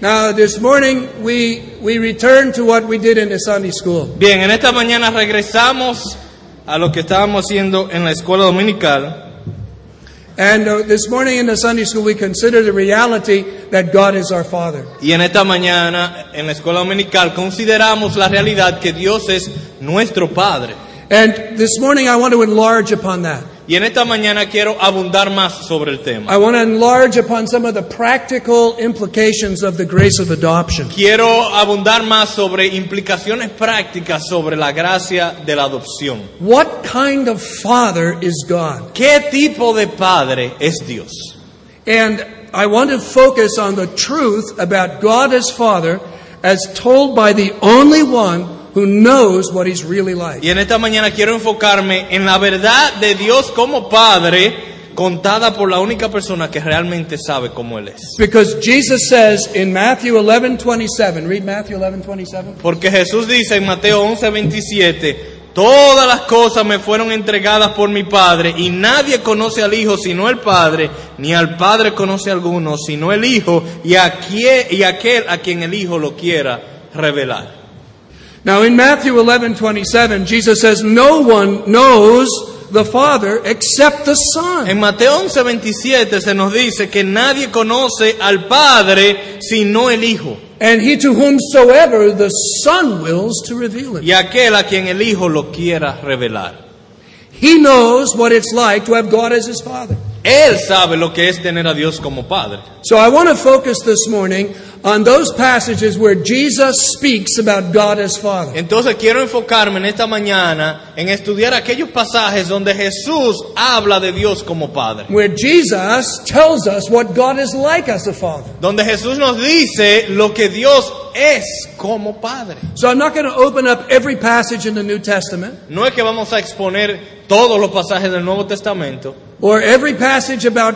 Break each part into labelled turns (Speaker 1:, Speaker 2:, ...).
Speaker 1: Now, this morning, we, we return to what we did in the Sunday school.
Speaker 2: Bien, en esta mañana regresamos a lo que estábamos haciendo en la escuela dominical
Speaker 1: And uh, this morning in the Sunday school, we consider the reality that God is our Father.
Speaker 2: y en esta mañana en la escuela dominical consideramos la realidad que Dios es nuestro Padre.
Speaker 1: And this morning, I want to enlarge upon that.
Speaker 2: Y en esta mañana quiero abundar más sobre el tema.
Speaker 1: I want to enlarge upon some of the practical implications of the grace of adoption.
Speaker 2: Quiero abundar más sobre implicaciones prácticas sobre la gracia de la adopción.
Speaker 1: What kind of Father is God?
Speaker 2: ¿Qué tipo de Padre es Dios?
Speaker 1: And I want to focus on the truth about God as Father as told by the only one who knows what he's really like.
Speaker 2: Y en esta mañana quiero enfocarme en la verdad de Dios como Padre contada por la única persona que realmente sabe cómo Él es.
Speaker 1: Because Jesus says in Matthew 11:27, read Matthew 11:27.
Speaker 2: Porque Jesús dice en Mateo 11, 27, todas las cosas me fueron entregadas por mi Padre y nadie conoce al Hijo sino el Padre, ni al Padre conoce a alguno sino el Hijo y, a quie- y aquel a quien el Hijo lo quiera revelar.
Speaker 1: Now in Matthew 11:27, Jesus says no one knows the Father except the Son.
Speaker 2: En Mateo 11, 27 se nos dice que nadie conoce al Padre sino el Hijo
Speaker 1: And he to whomsoever the Son wills to reveal it.
Speaker 2: y aquel a quien el Hijo lo quiera revelar.
Speaker 1: He knows what it's like to have God as his Father.
Speaker 2: Él sabe lo que es tener a Dios como Padre.
Speaker 1: So I want to focus this morning on those passages where Jesus speaks about God as Father.
Speaker 2: Entonces quiero enfocarme en esta mañana en estudiar aquellos pasajes donde Jesús habla de Dios como Padre.
Speaker 1: Where Jesus tells us what God is like as a Father.
Speaker 2: Donde Jesús nos dice lo que Dios es como Padre.
Speaker 1: So I'm not going to open up every passage in the New Testament
Speaker 2: No es que vamos a exponer todos los pasajes del Nuevo Testamento
Speaker 1: or every passage about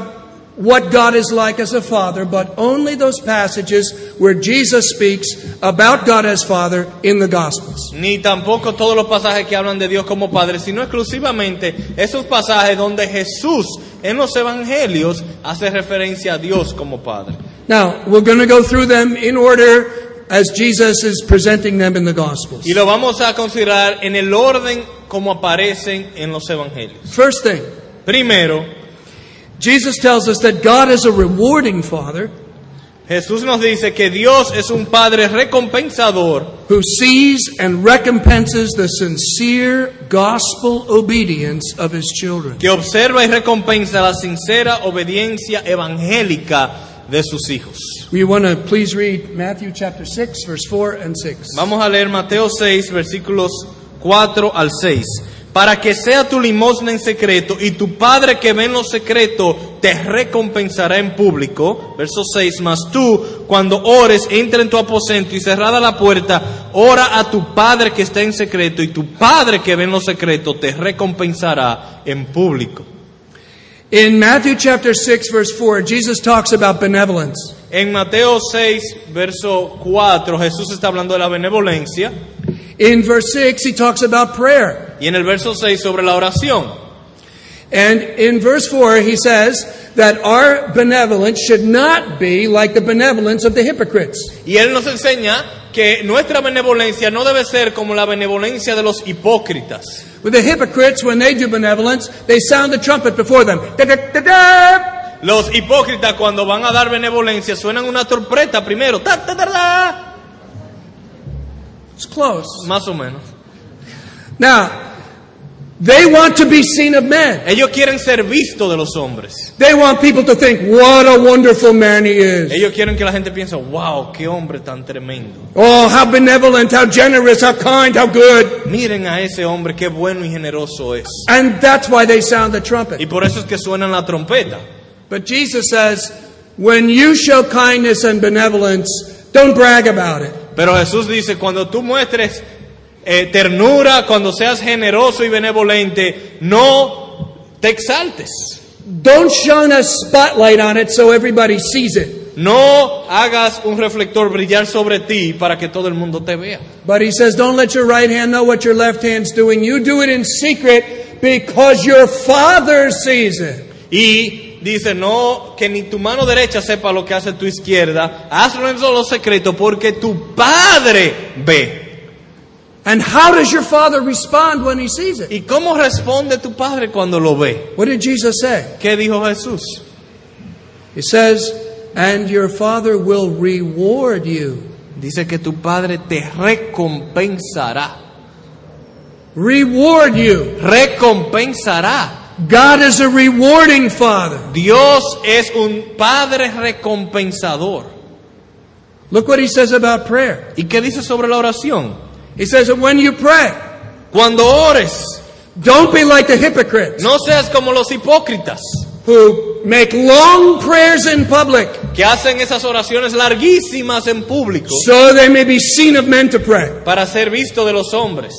Speaker 1: what God is like as a Father, but only those passages where Jesus speaks about God as Father in the Gospels.
Speaker 2: ni tampoco todos los pasajes que hablan de Dios como Padre, sino exclusivamente esos pasajes donde Jesús en los evangelios hace referencia a Dios como Padre.
Speaker 1: Now, we're going to go through them in order as Jesus is presenting them in the Gospels.
Speaker 2: Y lo vamos a considerar en el orden como aparecen en los evangelios.
Speaker 1: First thing,
Speaker 2: Primero,
Speaker 1: Jesus tells us that God is a rewarding Father
Speaker 2: Jesús nos dice que Dios es un Padre recompensador
Speaker 1: who sees and recompenses the sincere gospel obedience of his children.
Speaker 2: que observa y recompensa la sincera obediencia evangélica de sus hijos.
Speaker 1: We want to please read Matthew chapter 6, verse 4 and 6.
Speaker 2: Vamos a leer Mateo 6, versículos 4 al 6. Para que sea tu limosna en secreto y tu Padre que ve en lo secreto te recompensará en público. Verso 6. Mas tú, cuando ores, entra en tu aposento y cerrada la puerta, ora a tu Padre que está en secreto y tu Padre que ve en lo secreto te recompensará en público.
Speaker 1: In Matthew chapter 6, verse 4, Jesus talks about benevolence.
Speaker 2: En Mateo 6, verso 4, Jesús está hablando de la benevolencia
Speaker 1: In verse 6, he talks about prayer.
Speaker 2: y en el verso 6 sobre la oración.
Speaker 1: And in verse 4, he says that our benevolence should not be like the benevolence of the hypocrites.
Speaker 2: Y Él nos enseña que nuestra benevolencia no debe ser como la benevolencia de los hipócritas.
Speaker 1: With the hypocrites, when they do benevolence, they sound the trumpet before them. Da-da-da-da!
Speaker 2: Los hipócritas cuando van a dar benevolencia suenan una trompeta primero, ta, ta, ta, ta,
Speaker 1: It's close.
Speaker 2: más o menos.
Speaker 1: Now, they want to be seen of men.
Speaker 2: Ellos quieren ser vistos de los hombres.
Speaker 1: They want people to think, what a wonderful man he is.
Speaker 2: Ellos quieren que la gente piense, wow, qué hombre tan tremendo.
Speaker 1: Oh, how benevolent, how generous, how kind, how good.
Speaker 2: Miren a ese hombre, qué bueno y generoso es.
Speaker 1: And that's why they sound the
Speaker 2: Y
Speaker 1: trumpet.
Speaker 2: por eso es que suenan la trompeta.
Speaker 1: But Jesus says, when you show kindness and benevolence, don't brag about it.
Speaker 2: Pero Jesús dice, cuando tú muestres eh, ternura, cuando seas generoso y benevolente, no te exaltes.
Speaker 1: Don't shine a spotlight on it so everybody sees it.
Speaker 2: No hagas un reflector brillar sobre ti para que todo el mundo te vea.
Speaker 1: But he says, don't let your right hand know what your left hand's doing. You do it in secret because your Father sees it.
Speaker 2: Y dice, no, que ni tu mano derecha sepa lo que hace tu izquierda, hazlo en solo secreto porque tu Padre ve.
Speaker 1: And how does your father respond when he sees it?
Speaker 2: ¿Y cómo responde tu Padre cuando lo ve?
Speaker 1: What did Jesus say?
Speaker 2: ¿Qué dijo Jesús?
Speaker 1: He says, And your father will reward you.
Speaker 2: Dice que tu Padre te recompensará.
Speaker 1: Reward you.
Speaker 2: Recompensará.
Speaker 1: God is a rewarding father.
Speaker 2: Dios es un Padre recompensador.
Speaker 1: Look what he says about prayer.
Speaker 2: ¿Y qué dice sobre la oración?
Speaker 1: He says that when you pray,
Speaker 2: Cuando ores,
Speaker 1: don't be like the hypocrites
Speaker 2: no seas como los hipócritas
Speaker 1: who make long prayers in public
Speaker 2: que hacen esas oraciones larguísimas en público
Speaker 1: so they may be seen of men to pray.
Speaker 2: para ser visto de los hombres.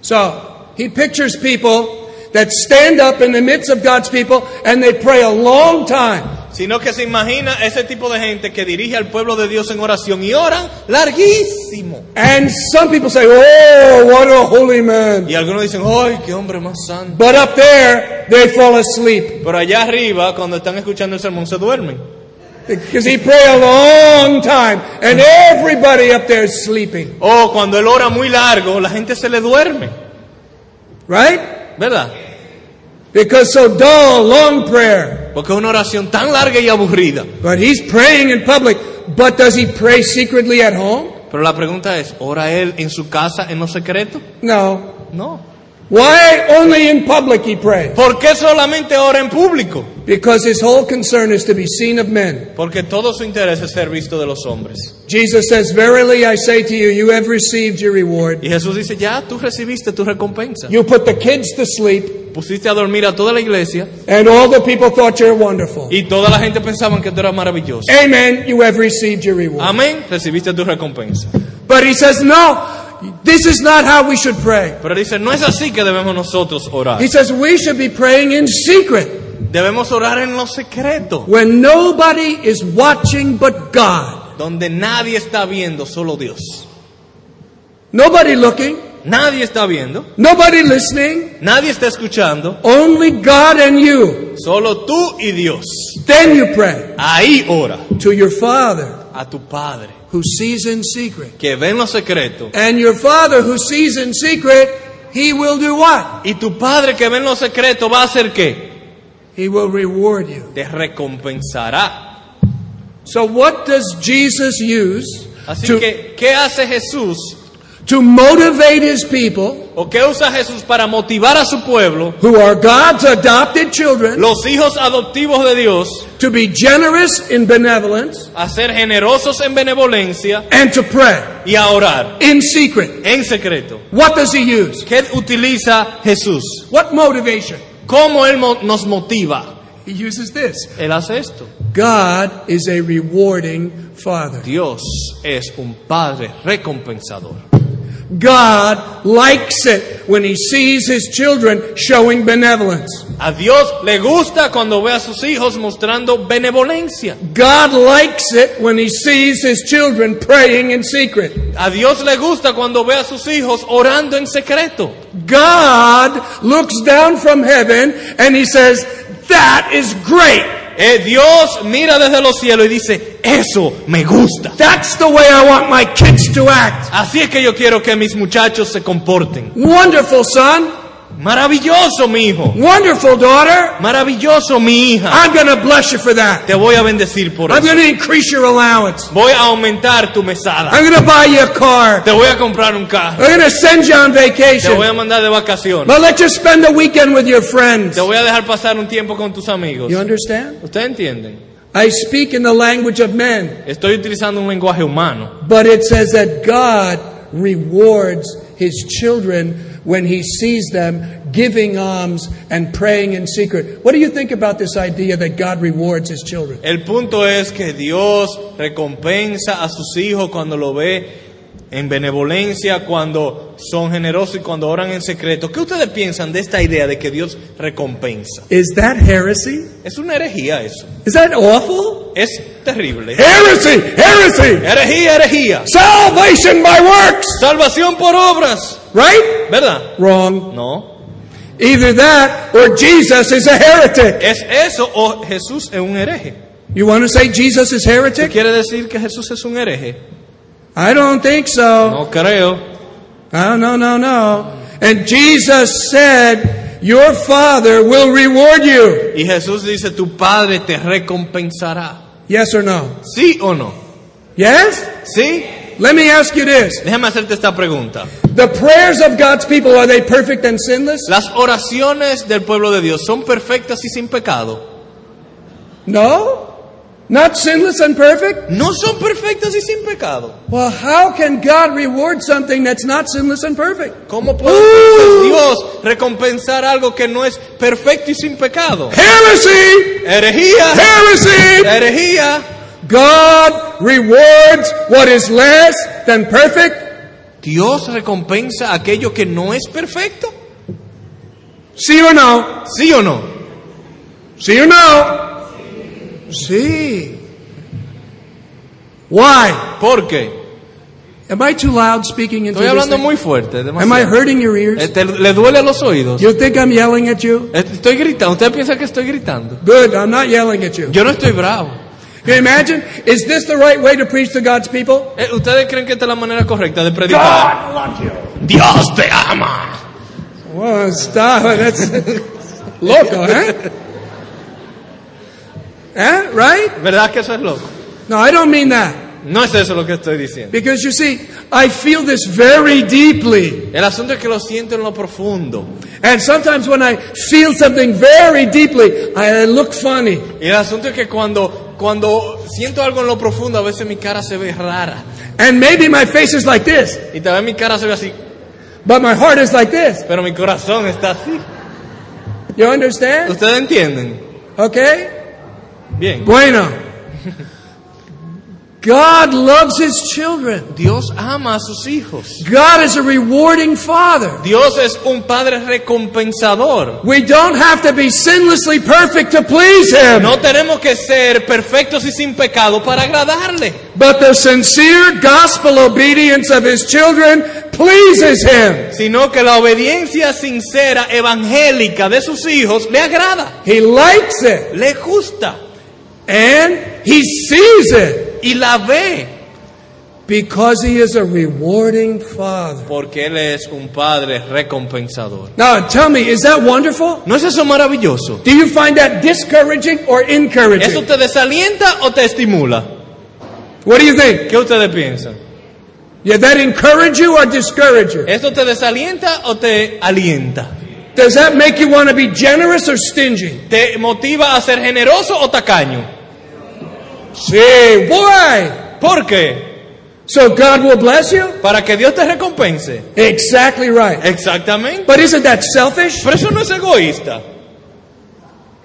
Speaker 1: So he pictures people that stand up in the midst of God's people and they pray a long time.
Speaker 2: Sino que se imagina ese tipo de gente que dirige al pueblo de Dios en oración y oran larguísimo.
Speaker 1: And some people say, Oh, what a holy man.
Speaker 2: Y algunos dicen, ¡ay, qué hombre más santo!
Speaker 1: But up there, they fall asleep
Speaker 2: Pero allá arriba, cuando están escuchando el sermón, se duermen.
Speaker 1: because he prayed a long time and everybody up there is sleeping.
Speaker 2: O cuando él ora muy largo, la gente se le duerme.
Speaker 1: Right?
Speaker 2: ¿Verdad?
Speaker 1: Because so dull, long prayer.
Speaker 2: Porque es una oración tan larga y aburrida.
Speaker 1: But he's praying in public. But does he pray secretly at home?
Speaker 2: Pero la pregunta es, ¿ora él en su casa en lo secreto?
Speaker 1: No.
Speaker 2: No.
Speaker 1: Why only in public he prays?
Speaker 2: ¿Por qué solamente ora en público?
Speaker 1: Because his whole concern is to be seen of men.
Speaker 2: Porque todo su interés es ser visto de los hombres.
Speaker 1: Jesus says, Verily I say to you, you have received your reward.
Speaker 2: Y Jesús dice, ya, tú recibiste tu recompensa.
Speaker 1: You put the kids to sleep,
Speaker 2: Pusiste a dormir a toda la iglesia
Speaker 1: and all the people thought you're wonderful.
Speaker 2: y toda la gente pensaba que tú eras maravilloso.
Speaker 1: Amen, you have received your reward.
Speaker 2: Amén, recibiste tu recompensa.
Speaker 1: But he says, No, this is not how we should pray.
Speaker 2: Pero dice, no es así que debemos nosotros orar.
Speaker 1: He says, We should be praying in secret
Speaker 2: Debemos orar en lo secreto,
Speaker 1: when nobody is watching but God.
Speaker 2: donde nadie está viendo, solo Dios.
Speaker 1: Nobody looking,
Speaker 2: Nadie está viendo,
Speaker 1: nobody listening.
Speaker 2: nadie está escuchando,
Speaker 1: Only God and you.
Speaker 2: solo tú y Dios.
Speaker 1: Then you pray
Speaker 2: Ahí ora
Speaker 1: to your Father
Speaker 2: a tu Padre,
Speaker 1: who sees in secret.
Speaker 2: que ve en lo secreto.
Speaker 1: And your Father who sees in secret, he will do what?
Speaker 2: Y tu Padre que ve en lo secreto va a hacer qué?
Speaker 1: He will reward you.
Speaker 2: Te recompensará.
Speaker 1: So, what does Jesus use
Speaker 2: Así
Speaker 1: to,
Speaker 2: que, ¿qué hace Jesús?
Speaker 1: to motivate his people
Speaker 2: ¿O qué usa Jesús para motivar a su pueblo,
Speaker 1: who are God's adopted children
Speaker 2: los hijos adoptivos de Dios,
Speaker 1: to be generous in benevolence
Speaker 2: a ser generosos en benevolencia
Speaker 1: and to pray
Speaker 2: y a orar
Speaker 1: in secret?
Speaker 2: en secreto?
Speaker 1: What does he use?
Speaker 2: ¿Qué utiliza Jesús?
Speaker 1: What motivation?
Speaker 2: ¿Cómo Él mo- nos motiva?
Speaker 1: He uses this
Speaker 2: Él hace esto.
Speaker 1: God is a rewarding Father.
Speaker 2: Dios es un Padre recompensador.
Speaker 1: God likes it when he sees his children showing benevolence.
Speaker 2: A Dios le gusta cuando ve a sus hijos mostrando benevolencia.
Speaker 1: God likes it when he sees his children praying in secret.
Speaker 2: A Dios le gusta cuando ve a sus hijos orando en secreto.
Speaker 1: God looks down from heaven and he says, That is great.
Speaker 2: Eh, Dios mira desde los cielos y dice, eso me gusta.
Speaker 1: That's the way I want my kids to act.
Speaker 2: Así es que yo quiero que mis muchachos se comporten.
Speaker 1: Wonderful son.
Speaker 2: Maravilloso mi hijo.
Speaker 1: Wonderful daughter.
Speaker 2: Maravilloso mi hija.
Speaker 1: I'm going to bless you for that.
Speaker 2: Te voy a bendecir por
Speaker 1: I'm
Speaker 2: eso.
Speaker 1: going to increase your allowance.
Speaker 2: Voy a aumentar tu mesada.
Speaker 1: I'm going to buy you a car.
Speaker 2: Te voy a comprar un carro.
Speaker 1: I'm going to send you on
Speaker 2: Te voy
Speaker 1: vacation.
Speaker 2: a mandar de vacaciones.
Speaker 1: But let you spend a weekend with your friends.
Speaker 2: Te voy a dejar pasar un tiempo con tus amigos.
Speaker 1: You understand?
Speaker 2: ¿Ustedes entienden?
Speaker 1: I speak in the language of men,
Speaker 2: Estoy utilizando un lenguaje humano.
Speaker 1: but it says that God rewards his children when he sees them giving alms and praying in secret. What do you think about this idea that God rewards his children?
Speaker 2: El punto es que Dios recompensa a sus hijos cuando lo ve en benevolencia, cuando son generosos y cuando oran en secreto. ¿Qué ustedes piensan de esta idea de que Dios recompensa?
Speaker 1: Is that heresy?
Speaker 2: Es una herejía eso.
Speaker 1: Is that awful?
Speaker 2: Es terrible.
Speaker 1: Heresy! Heresy!
Speaker 2: Herejía, herejía.
Speaker 1: Salvation by works!
Speaker 2: Salvación por obras.
Speaker 1: Right?
Speaker 2: ¿Verdad?
Speaker 1: Wrong.
Speaker 2: No.
Speaker 1: Either that or Jesus is a heretic.
Speaker 2: ¿Es eso o Jesús es un hereje?
Speaker 1: You want to say Jesus is
Speaker 2: ¿Tú
Speaker 1: heretic?
Speaker 2: quieres decir que Jesús es un hereje?
Speaker 1: I don't think so.
Speaker 2: No creo.
Speaker 1: No, no, no, no. And Jesus said, Your Father will reward you.
Speaker 2: Y Jesús dice, tu Padre te recompensará.
Speaker 1: Yes or no?
Speaker 2: ¿Sí o no?
Speaker 1: Yes?
Speaker 2: ¿Sí?
Speaker 1: Let me ask you this.
Speaker 2: Déjame hacerte esta pregunta.
Speaker 1: The prayers of God's people, are they perfect and sinless?
Speaker 2: ¿Las oraciones del pueblo de Dios son perfectas y sin pecado?
Speaker 1: No? Not sinless and perfect?
Speaker 2: No son perfectas y sin pecado.
Speaker 1: Well, how can God reward something that's not sinless and perfect?
Speaker 2: ¿Cómo puede
Speaker 1: ¡Uh!
Speaker 2: entonces Dios recompensar algo que no es perfecto y sin pecado?
Speaker 1: Heresy!
Speaker 2: Herejía,
Speaker 1: Heresy!
Speaker 2: herejía.
Speaker 1: God rewards what is less than perfect.
Speaker 2: Dios recompensa aquello que no es perfecto.
Speaker 1: See or no?
Speaker 2: ¿Sí o no?
Speaker 1: See or no? See. Why?
Speaker 2: ¿Por qué?
Speaker 1: Am I too loud speaking into
Speaker 2: Estoy
Speaker 1: this?
Speaker 2: hablando
Speaker 1: thing?
Speaker 2: muy fuerte.
Speaker 1: Am I
Speaker 2: demasiado.
Speaker 1: hurting your
Speaker 2: Eh,
Speaker 1: ears?
Speaker 2: te- ¿Le duele a los oídos?
Speaker 1: You think I'm yelling at you?
Speaker 2: Eh, Estoy gritando. ¿Usted piensa que estoy gritando?
Speaker 1: Good, I'm not yelling at you.
Speaker 2: Yo no estoy bravo.
Speaker 1: Can you imagine? Is this the right way to preach to God's people?
Speaker 2: Eh, ¿Ustedes creen que esta es la manera correcta de predicar? Dios te ama.
Speaker 1: Whoa, stop. That's loco, huh? Eh? Right?
Speaker 2: ¿Verdad que eso es loco?
Speaker 1: No, I don't mean that.
Speaker 2: No es eso lo que estoy diciendo.
Speaker 1: Because you see, I feel this very deeply.
Speaker 2: El asunto es que lo siento en lo profundo.
Speaker 1: And sometimes when I feel something very deeply, I look funny.
Speaker 2: Y el asunto es que cuando, cuando siento algo en lo profundo, a veces mi cara se ve rara.
Speaker 1: And maybe my face is like this,
Speaker 2: Y tal vez mi cara se ve así,
Speaker 1: but my heart is like this.
Speaker 2: pero mi corazón está así.
Speaker 1: You understand?
Speaker 2: ¿Ustedes entienden?
Speaker 1: Okay?
Speaker 2: Bien.
Speaker 1: Bueno. God loves his children.
Speaker 2: Dios ama a sus hijos.
Speaker 1: God is a rewarding father.
Speaker 2: Dios es un padre recompensador.
Speaker 1: We don't have to be sinlessly perfect to please him,
Speaker 2: No tenemos que ser perfectos y sin pecado para agradarle.
Speaker 1: but the sincere gospel obedience of his children pleases him.
Speaker 2: sino que la obediencia sincera evangélica de sus hijos le agrada,
Speaker 1: He likes it
Speaker 2: le gusta
Speaker 1: and he sees it
Speaker 2: y la ve,
Speaker 1: because he is a rewarding father.
Speaker 2: porque él es un padre recompensador.
Speaker 1: Now tell me, is that wonderful?
Speaker 2: ¿No es eso maravilloso?
Speaker 1: Do you find that discouraging or
Speaker 2: ¿Eso
Speaker 1: encouraging?
Speaker 2: te desalienta o te estimula?
Speaker 1: What do you think?
Speaker 2: ¿Qué ustedes piensan?
Speaker 1: Did that encourage you or discourage you?
Speaker 2: ¿Eso te desalienta o te alienta?
Speaker 1: Does that make you want to be generous or stingy?
Speaker 2: ¿Te motiva a ser generoso o tacaño?
Speaker 1: See, why?
Speaker 2: ¿Por qué?
Speaker 1: So God will bless you?
Speaker 2: Para que Dios te recompense.
Speaker 1: Exactly right.
Speaker 2: Exactamente.
Speaker 1: But isn't that selfish?
Speaker 2: Pero eso no es egoísta.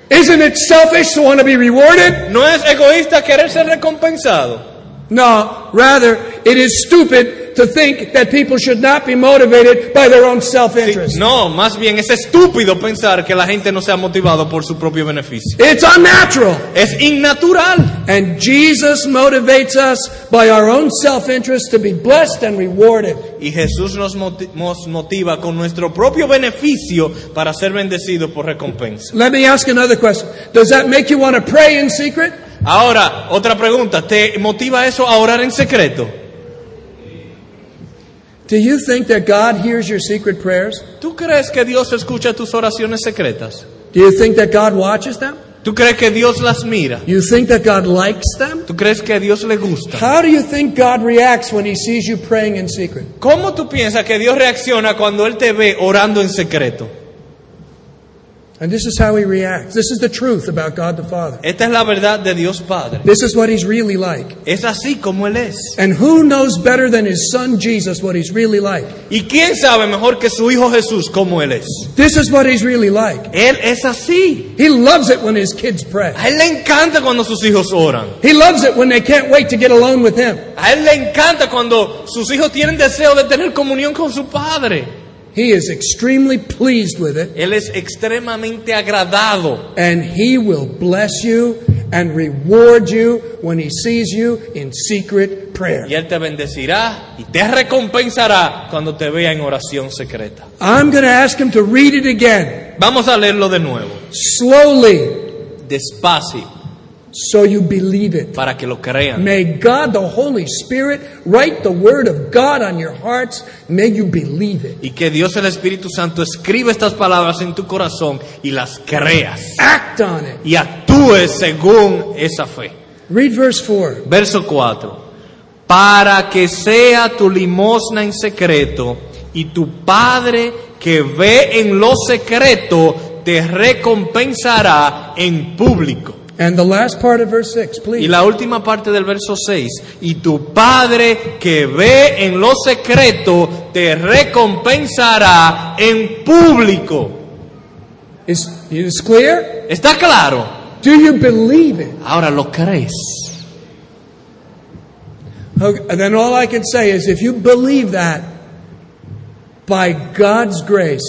Speaker 1: Isn't it selfish to want to be rewarded?
Speaker 2: No es egoísta querer ser recompensado.
Speaker 1: No, rather, it is stupid to think that people should not be motivated by their own self interest.
Speaker 2: No, más bien es estúpido pensar que la gente no sea motivado por su propio beneficio.
Speaker 1: It's unnatural.
Speaker 2: Es innatural.
Speaker 1: And Jesus motivates us by our own self interest to be blessed and rewarded.
Speaker 2: Y Jesús nos, moti- nos motiva con nuestro propio beneficio para ser bendecidos por recompensa.
Speaker 1: Let me ask another question Does that make you want to pray in secret?
Speaker 2: Ahora, otra pregunta. ¿Te motiva eso a orar en secreto?
Speaker 1: Do you think that God hears your secret prayers?
Speaker 2: ¿Tú crees que Dios escucha tus oraciones secretas?
Speaker 1: Do you think that God watches them?
Speaker 2: ¿Tú crees que Dios las mira?
Speaker 1: You think that God likes them?
Speaker 2: ¿Tú crees que a Dios le gusta?
Speaker 1: How do you think God reacts when he sees you praying in secret?
Speaker 2: ¿Cómo tú piensas que Dios reacciona cuando Él te ve orando en secreto?
Speaker 1: And this is how he reacts. This is the truth about God the Father.
Speaker 2: Esta es la verdad de Dios Padre.
Speaker 1: This is what he's really like.
Speaker 2: Es así como Él es.
Speaker 1: And who knows better than his son Jesus what he's really like?
Speaker 2: ¿Y quién sabe mejor que su hijo Jesús cómo él es?
Speaker 1: This is what he's really like.
Speaker 2: Él es así.
Speaker 1: He loves it when his kids pray.
Speaker 2: A él le encanta cuando sus hijos oran.
Speaker 1: He loves it when they can't wait to get alone with him.
Speaker 2: A él le encanta cuando sus hijos tienen deseo de tener comunión con su padre.
Speaker 1: He is extremely pleased with it
Speaker 2: Él es extremadamente agradado
Speaker 1: and he will bless you and reward you when He sees you in secret prayer.
Speaker 2: Y Él te bendecirá y te recompensará cuando te vea en oración secreta.
Speaker 1: I'm going to ask Him to read it again,
Speaker 2: Vamos a leerlo de nuevo,
Speaker 1: slowly,
Speaker 2: despacio,
Speaker 1: so you believe it.
Speaker 2: para que lo crean.
Speaker 1: May God, the Holy Spirit, write the Word of God on your hearts. May you believe it.
Speaker 2: Y que Dios el Espíritu Santo escriba estas palabras en tu corazón y las creas.
Speaker 1: Act on it.
Speaker 2: Y actúes según esa fe.
Speaker 1: Read verse 4.
Speaker 2: Verso 4. Para que sea tu limosna en secreto y tu Padre que ve en lo secreto te recompensará en público.
Speaker 1: And the last part of verse 6,
Speaker 2: Y
Speaker 1: please.
Speaker 2: la última parte del verso 6, y tu Padre que ve en lo secreto te recompensará en público.
Speaker 1: Is, is clear?
Speaker 2: ¿Está claro?
Speaker 1: Do you believe it?
Speaker 2: Ahora lo crees.
Speaker 1: Okay, then all I can say is if you believe that, by God's grace,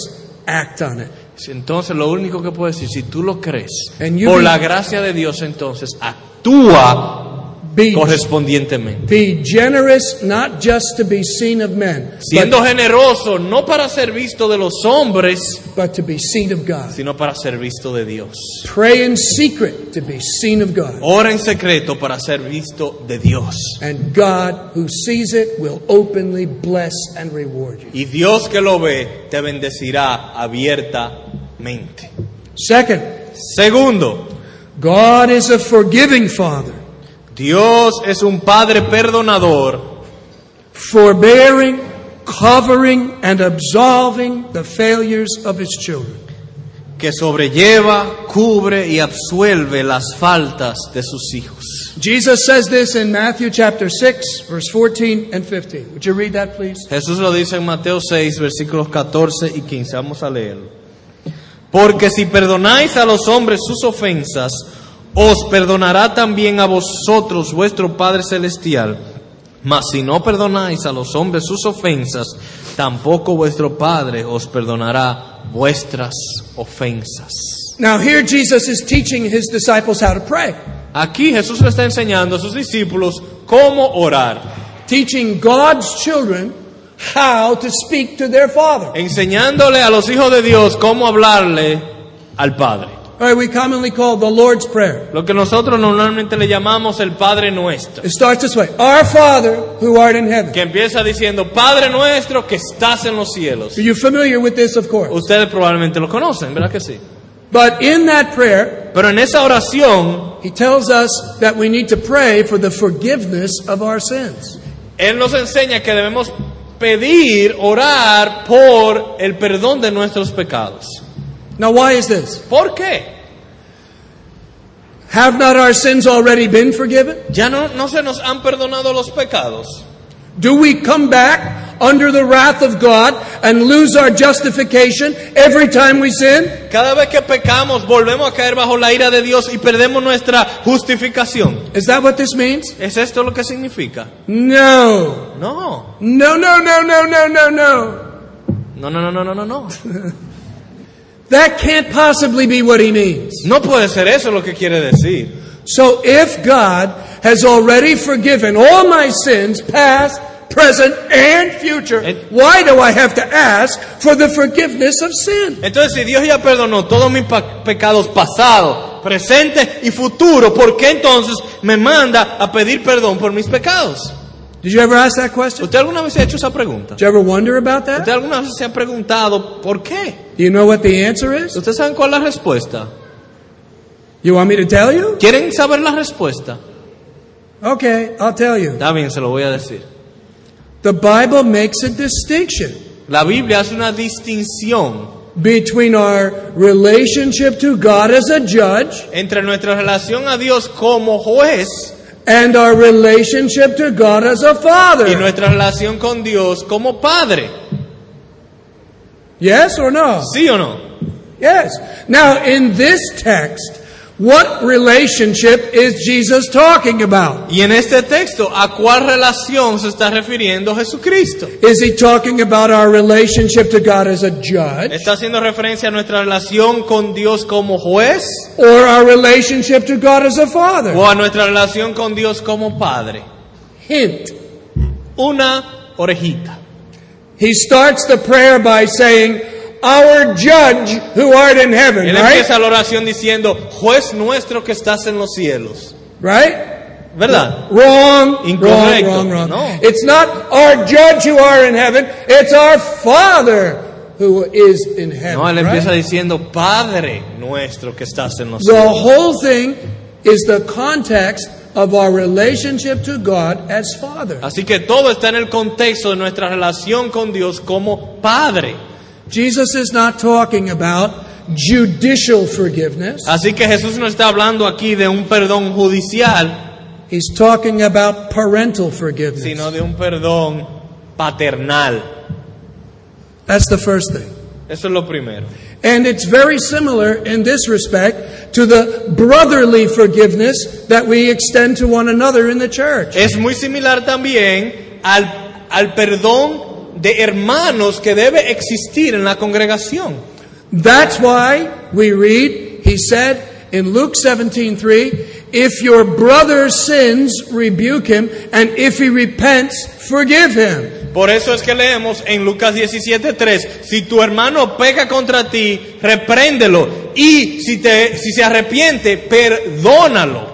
Speaker 1: act on it.
Speaker 2: Entonces lo único que puedo decir, si tú lo crees,
Speaker 1: And you
Speaker 2: por
Speaker 1: be-
Speaker 2: la gracia de Dios entonces actúa
Speaker 1: Be,
Speaker 2: correspondientemente.
Speaker 1: be generous, not just to be seen of men, but,
Speaker 2: Siendo generoso, no para ser visto de los hombres,
Speaker 1: but to be seen of God.
Speaker 2: sino para ser visto de Dios.
Speaker 1: Pray in secret to be seen of God.
Speaker 2: Ora en secreto para ser visto de Dios.
Speaker 1: And God, who sees it, will openly bless and reward you.
Speaker 2: Y Dios que lo ve te bendecirá abiertamente.
Speaker 1: Second,
Speaker 2: Segundo,
Speaker 1: God is a forgiving Father,
Speaker 2: Dios es un Padre perdonador
Speaker 1: forbearing, covering, and absolving the failures of His children.
Speaker 2: que sobrelleva, cubre y absuelve las faltas de sus hijos.
Speaker 1: Jesus says this in Matthew chapter 6, verse 14 and 15. Would you read that, please?
Speaker 2: Jesús lo dice en Mateo 6, versículos 14 y 15. Vamos a leerlo. Porque si perdonáis a los hombres sus ofensas, os perdonará también a vosotros vuestro Padre Celestial. Mas si no perdonáis a los hombres sus ofensas, tampoco vuestro Padre os perdonará vuestras ofensas.
Speaker 1: Now, here Jesus is teaching his disciples how to pray,
Speaker 2: Aquí Jesús le está enseñando a sus discípulos cómo orar,
Speaker 1: teaching God's children how to speak to their Father.
Speaker 2: enseñándole a los hijos de Dios cómo hablarle al Padre.
Speaker 1: All right, we commonly call the Lord's Prayer.
Speaker 2: Lo que nosotros normalmente le llamamos el Padre Nuestro,
Speaker 1: It starts this way Our Father who art in heaven.
Speaker 2: que empieza diciendo, Padre Nuestro que estás en los cielos.
Speaker 1: You're familiar with this, of course.
Speaker 2: Ustedes probablemente lo conocen, ¿verdad que sí?
Speaker 1: But in that prayer,
Speaker 2: Pero en esa oración,
Speaker 1: he tells us that we need to pray for the forgiveness of our sins.
Speaker 2: Él nos enseña que debemos pedir, orar por el perdón de nuestros pecados.
Speaker 1: Now, why is this?
Speaker 2: ¿Por qué?
Speaker 1: Have not our sins already been forgiven?
Speaker 2: Ya no, no se nos han perdonado los pecados.
Speaker 1: Do we come back under the wrath of God and lose our justification every time we sin?
Speaker 2: Cada vez que pecamos, volvemos a caer bajo la ira de Dios y perdemos nuestra justificación.
Speaker 1: Is that what this means?
Speaker 2: ¿Es esto lo que significa?
Speaker 1: No.
Speaker 2: No.
Speaker 1: No, no, no, no, no, no, no.
Speaker 2: No, no, no, no, no, no, no.
Speaker 1: That can't possibly be what he means.
Speaker 2: No puede ser eso lo que quiere decir.
Speaker 1: So if God has already forgiven all my sins, past, present, and future,
Speaker 2: It-
Speaker 1: why do I have to ask for the forgiveness of sin?
Speaker 2: Entonces, si Dios ya perdonó todos mis pa- pecados pasados, presentes y futuros, ¿por qué entonces me manda a pedir perdón por mis pecados?
Speaker 1: Did you ever ask that question?
Speaker 2: ¿Usted alguna vez se ha hecho esa pregunta?
Speaker 1: Did you ever wonder about
Speaker 2: ¿Usted
Speaker 1: that?
Speaker 2: alguna vez se ha preguntado por qué?
Speaker 1: Do you know what the answer is?
Speaker 2: ¿Ustedes saben cuál es la respuesta?
Speaker 1: You want me to tell you?
Speaker 2: ¿Quieren saber la respuesta?
Speaker 1: Okay, I'll tell you.
Speaker 2: Está bien, se lo voy a decir.
Speaker 1: The Bible makes a distinction
Speaker 2: La Biblia hace una distinción
Speaker 1: between our relationship to God as a judge
Speaker 2: entre nuestra relación a Dios como juez
Speaker 1: and our relationship to God as a
Speaker 2: y
Speaker 1: father.
Speaker 2: nuestra relación con Dios como padre.
Speaker 1: Yes or no?
Speaker 2: ¿Sí o no?
Speaker 1: Yes. Now, in this text, What relationship is Jesus talking about?
Speaker 2: Y en este texto, ¿a cuál relación se está refiriendo Jesucristo?
Speaker 1: Is he talking about our relationship to God as a judge?
Speaker 2: ¿Está haciendo referencia a nuestra relación con Dios como juez
Speaker 1: or our relationship to God as a father.
Speaker 2: o a nuestra relación con Dios como padre?
Speaker 1: Hint.
Speaker 2: Una orejita.
Speaker 1: He starts the prayer by saying, Our judge who art in heaven,
Speaker 2: Él
Speaker 1: right?
Speaker 2: empieza la oración diciendo, juez nuestro que estás en los cielos.
Speaker 1: Right?
Speaker 2: ¿Verdad?
Speaker 1: Wrong, wrong,
Speaker 2: Incorrecto.
Speaker 1: wrong, wrong.
Speaker 2: No.
Speaker 1: It's not our judge who are in heaven, it's our father who is in heaven.
Speaker 2: No, él
Speaker 1: right?
Speaker 2: empieza diciendo, Padre nuestro que estás en los
Speaker 1: The
Speaker 2: cielos.
Speaker 1: whole thing is the context of our relationship to God as father.
Speaker 2: Así que todo está en el contexto de nuestra relación con Dios como Padre.
Speaker 1: Jesus is not talking about judicial forgiveness.
Speaker 2: Así que Jesús no está hablando aquí de un perdón judicial,
Speaker 1: He's talking about parental forgiveness.
Speaker 2: sino de un perdón paternal.
Speaker 1: That's the first thing.
Speaker 2: Eso es lo primero.
Speaker 1: And it's very similar in this respect to the brotherly forgiveness that we extend to one another in the church.
Speaker 2: Es muy similar también al, al perdón de hermanos que debe existir en la congregación.
Speaker 1: That's why we read, he said in Luke 17:3, if your brother sins, rebuke him, and if he repents, forgive him.
Speaker 2: Por eso es que leemos en Lucas 17:3, si tu hermano peca contra ti, repréndelo y si te si se arrepiente, perdónalo.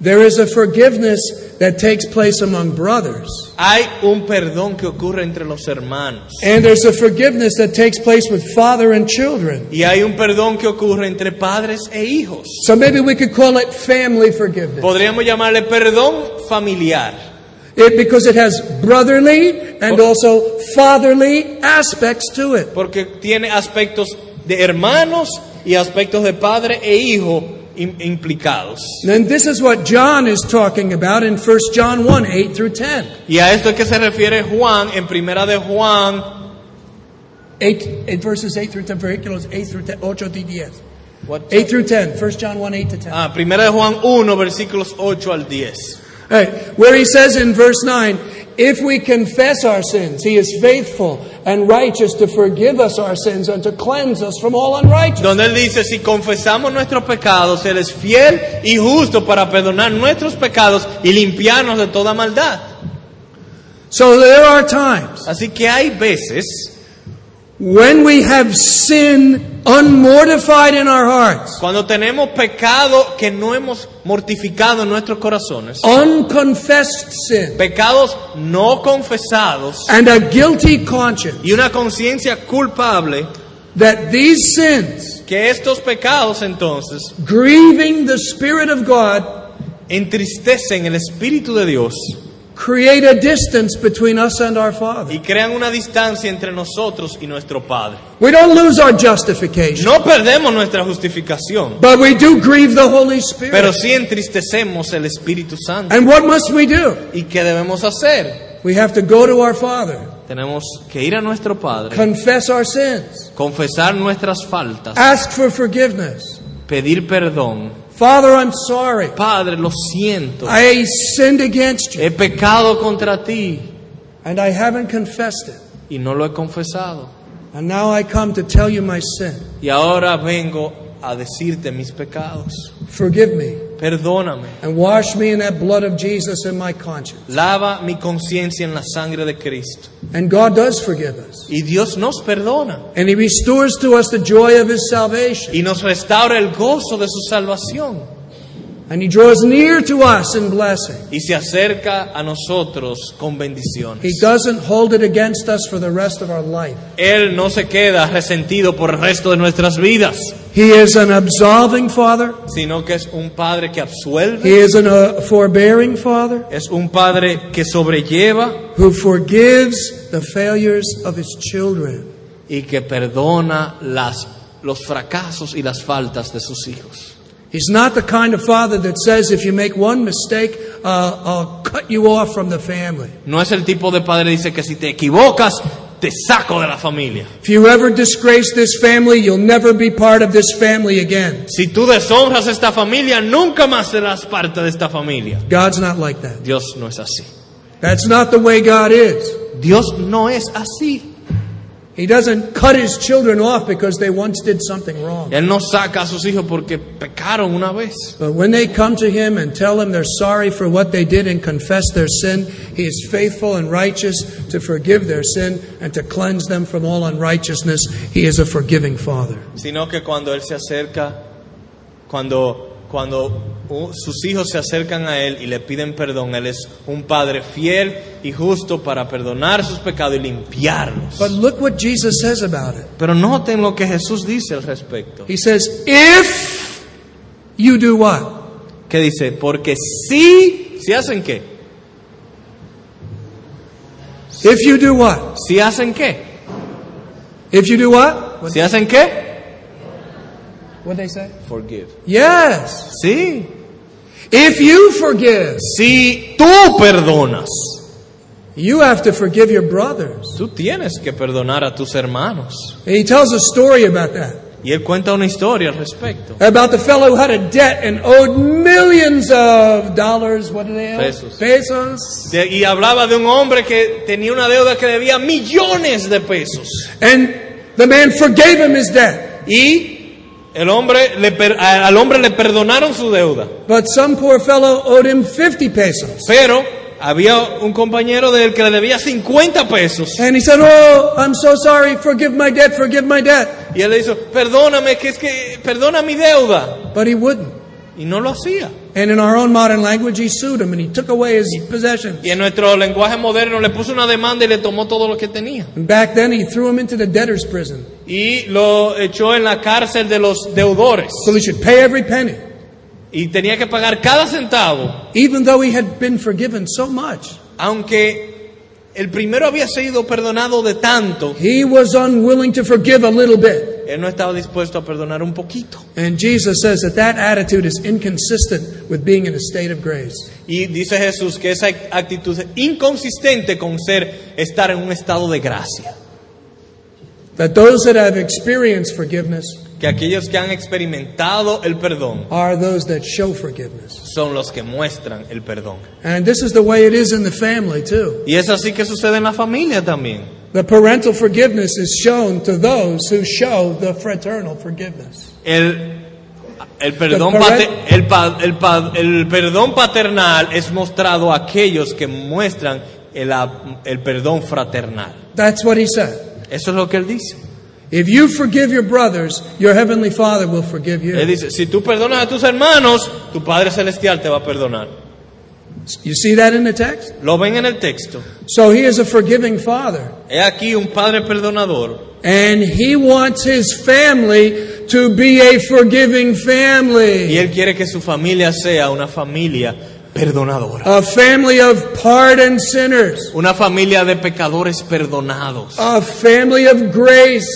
Speaker 1: There is a forgiveness that takes place among brothers,
Speaker 2: Hay un perdón que ocurre entre los hermanos
Speaker 1: and there's a forgiveness that takes place with father and children.
Speaker 2: y hay un perdón que ocurre entre padres e hijos.
Speaker 1: So maybe we could call it family forgiveness.
Speaker 2: Podríamos llamarle perdón familiar,
Speaker 1: It, because it has brotherly and also fatherly aspects to it.
Speaker 2: porque tiene aspectos de hermanos y aspectos de padre e hijo im- implicados.
Speaker 1: And this is what John is talking about in 1 John 1 8 through 10.
Speaker 2: Y a esto es que se refiere Juan en Primera de Juan
Speaker 1: 8, eight verses 8 through 10, versículos 8 through 10, 8 through 10.
Speaker 2: what-
Speaker 1: 8 through 10, 1 John 1 8 to 10.
Speaker 2: Ah, primera de Juan 1, versículos 8 al 10.
Speaker 1: All right, where he says in verse 9, if we confess our sins, he is faithful and righteous to forgive us our sins and to cleanse us from all unrighteousness.
Speaker 2: Donde él dice, si confesamos nuestros pecados, Él es fiel y justo para perdonar nuestros pecados y limpiarnos de toda maldad.
Speaker 1: So there are times
Speaker 2: Así que hay veces,
Speaker 1: when we have sin unmortified in our hearts.
Speaker 2: cuando tenemos pecado que no hemos mortificado en nuestros corazones,
Speaker 1: unconfessed sin
Speaker 2: pecados no confesados
Speaker 1: and a guilty conscience
Speaker 2: y una conciencia culpable,
Speaker 1: that these sins
Speaker 2: que estos pecados entonces
Speaker 1: grieving the spirit of god
Speaker 2: entristecen el Espíritu de Dios
Speaker 1: create a distance between us and our father
Speaker 2: y crean una distancia entre nosotros y nuestro Padre.
Speaker 1: we don't lose our justification
Speaker 2: No perdemos nuestra justificación,
Speaker 1: but we do grieve the holy
Speaker 2: pero
Speaker 1: spirit
Speaker 2: sí entristecemos el Espíritu Santo.
Speaker 1: and what must we do
Speaker 2: ¿Y qué debemos hacer?
Speaker 1: we have to go to our father
Speaker 2: Tenemos que ir a nuestro Padre,
Speaker 1: confess our sins
Speaker 2: confesar nuestras faltas,
Speaker 1: ask for forgiveness
Speaker 2: pedir perdón.
Speaker 1: father i'm sorry
Speaker 2: Padre, lo siento.
Speaker 1: i sinned against you
Speaker 2: He pecado contra ti
Speaker 1: and i haven't confessed it
Speaker 2: y no lo he confesado.
Speaker 1: and now i come to tell you my sin
Speaker 2: Y ahora vengo a decirte mis pecados.
Speaker 1: forgive me
Speaker 2: Perdóname.
Speaker 1: and wash me in that blood of Jesus in my conscience.
Speaker 2: Lava mi conciencia en la sangre de Cristo.
Speaker 1: And God does forgive us.
Speaker 2: Y Dios nos perdona
Speaker 1: And He restores to us the joy of His salvation.
Speaker 2: y nos restaura el gozo de su salvación.
Speaker 1: And He draws near to us in blessing.
Speaker 2: y se acerca a nosotros con bendiciones.
Speaker 1: He doesn't hold it against us for the rest of our life.
Speaker 2: Él no se queda resentido por el resto de nuestras vidas,
Speaker 1: He is an absolving Father,
Speaker 2: sino que es un Padre que
Speaker 1: He
Speaker 2: absuelve,
Speaker 1: is an, uh, forbearing Father
Speaker 2: es un Padre que sobrelleva
Speaker 1: who forgives the failures of His children.
Speaker 2: y que perdona las, los fracasos y las faltas de sus hijos.
Speaker 1: He's not the kind of father that says, if you make one mistake, uh, I'll cut you off from the family.
Speaker 2: No es el tipo de Padre que dice que si te equivocas, te saco de la familia.
Speaker 1: If you ever disgrace this family, you'll never be part of this family again.
Speaker 2: Si tú deshonras esta familia, nunca más serás parte de esta familia.
Speaker 1: God's not like that.
Speaker 2: Dios no es así.
Speaker 1: That's not the way God is.
Speaker 2: Dios no es así.
Speaker 1: He doesn't cut his children off because they once did something wrong.
Speaker 2: Él no saca a sus hijos porque pecaron una vez.
Speaker 1: But when they come to him and tell him they're sorry for what they did and confess their sin, he is faithful and righteous to forgive their sin and to cleanse them from all unrighteousness. He is a forgiving father.
Speaker 2: Sino que cuando Él se acerca, cuando, cuando uh, sus hijos se acercan a Él y le piden perdón, Él es un Padre fiel y justo para perdonar sus pecados y limpiarlos.
Speaker 1: But look what Jesus says about it.
Speaker 2: Pero noten lo que Jesús dice al respecto.
Speaker 1: He says, If you do what?
Speaker 2: ¿Qué dice? Porque si, si hacen qué,
Speaker 1: If you do what?
Speaker 2: si hacen qué,
Speaker 1: If you do what?
Speaker 2: si hacen qué,
Speaker 1: What they say?
Speaker 2: forgive.
Speaker 1: Yes.
Speaker 2: Sí.
Speaker 1: If you forgive,
Speaker 2: Si tú perdonas,
Speaker 1: you have to forgive your brothers.
Speaker 2: tú tienes que perdonar a tus hermanos.
Speaker 1: And he tells a story about that.
Speaker 2: Y él cuenta una historia al respecto.
Speaker 1: About the fellow who had a debt and owed millions of dollars. What do they owe?
Speaker 2: Pesos.
Speaker 1: Pesos.
Speaker 2: De- Y hablaba de un hombre que tenía una deuda que debía millones de pesos.
Speaker 1: And the man forgave him his debt.
Speaker 2: Y el hombre le per- a- al hombre le perdonaron su deuda.
Speaker 1: But some poor fellow owed him 50 pesos.
Speaker 2: Pero había un compañero de él que le debía 50 pesos.
Speaker 1: And he said, Oh, I'm so sorry. Forgive my debt. Forgive my debt.
Speaker 2: Y él le dijo, perdóname, que es que perdona mi deuda.
Speaker 1: But he wouldn't.
Speaker 2: Y no lo hacía.
Speaker 1: And in our own modern language, he sued him and he took away his possessions.
Speaker 2: Y en nuestro lenguaje moderno le puso una demanda y le tomó todo lo que tenía.
Speaker 1: And back then, he threw him into the debtor's prison.
Speaker 2: Y lo echó en la cárcel de los deudores.
Speaker 1: So he should pay every penny,
Speaker 2: Y tenía que pagar cada centavo.
Speaker 1: even though he had been forgiven so much.
Speaker 2: aunque el primero había sido perdonado de tanto,
Speaker 1: He was unwilling to forgive a little bit.
Speaker 2: él no estaba dispuesto a perdonar un poquito.
Speaker 1: And Jesus says that that attitude is inconsistent with being in a state of grace.
Speaker 2: Y dice Jesús que esa actitud es inconsistente con ser estar en un estado de gracia.
Speaker 1: That those that have experienced forgiveness
Speaker 2: Que aquellos que han experimentado el perdón
Speaker 1: are those that show forgiveness.
Speaker 2: son los que muestran el perdón.
Speaker 1: And this is the way it is in the family, too.
Speaker 2: Y es así que sucede en la familia también.
Speaker 1: The parental forgiveness is shown to those who show the fraternal forgiveness.
Speaker 2: El, el, perdón,
Speaker 1: The
Speaker 2: pate-
Speaker 1: parent-
Speaker 2: el, pa- el pa- el perdón paternal es mostrado a aquellos que muestran el a- el perdón fraternal.
Speaker 1: That's what he said.
Speaker 2: Eso es lo que él dice.
Speaker 1: If you forgive your brothers, your heavenly Father will forgive
Speaker 2: Él
Speaker 1: you.
Speaker 2: dice, si tú perdonas a tus hermanos, tu Padre Celestial te va a perdonar.
Speaker 1: You see that in the text?
Speaker 2: Lo ven en el texto.
Speaker 1: So he is a forgiving Father.
Speaker 2: He aquí un Padre perdonador.
Speaker 1: And he wants his family to be a forgiving
Speaker 2: Y
Speaker 1: family.
Speaker 2: Él quiere que su familia sea una familia perdonadora.
Speaker 1: A family of pardoned sinners.
Speaker 2: Una familia de pecadores perdonados.
Speaker 1: A family of grace.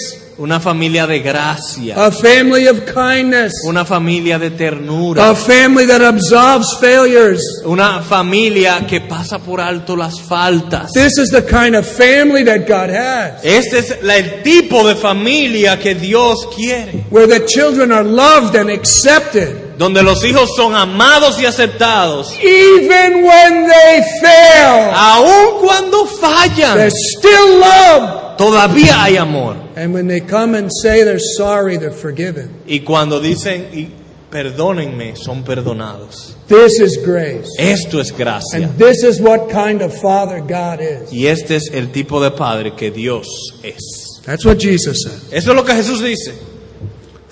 Speaker 2: Una familia de gracia.
Speaker 1: A family of kindness.
Speaker 2: Una familia de
Speaker 1: A
Speaker 2: ternura.
Speaker 1: family that absolves failures.
Speaker 2: Una familia que pasa por alto las faltas.
Speaker 1: This is the kind of family that God has.
Speaker 2: Este es la- el tipo de familia que Dios quiere.
Speaker 1: Where the children are loved and accepted.
Speaker 2: Donde los hijos son amados y aceptados.
Speaker 1: Even when they fail,
Speaker 2: Aun cuando fallan,
Speaker 1: they're still loved.
Speaker 2: todavía hay amor.
Speaker 1: And when they come and say they're sorry, they're forgiven.
Speaker 2: Y cuando dicen, y perdónenme, son perdonados.
Speaker 1: This is grace.
Speaker 2: Esto es gracia.
Speaker 1: And this is what kind of father God is.
Speaker 2: Y este es el tipo de padre que Dios es.
Speaker 1: That's what Jesus said.
Speaker 2: Eso es lo que Jesús dice.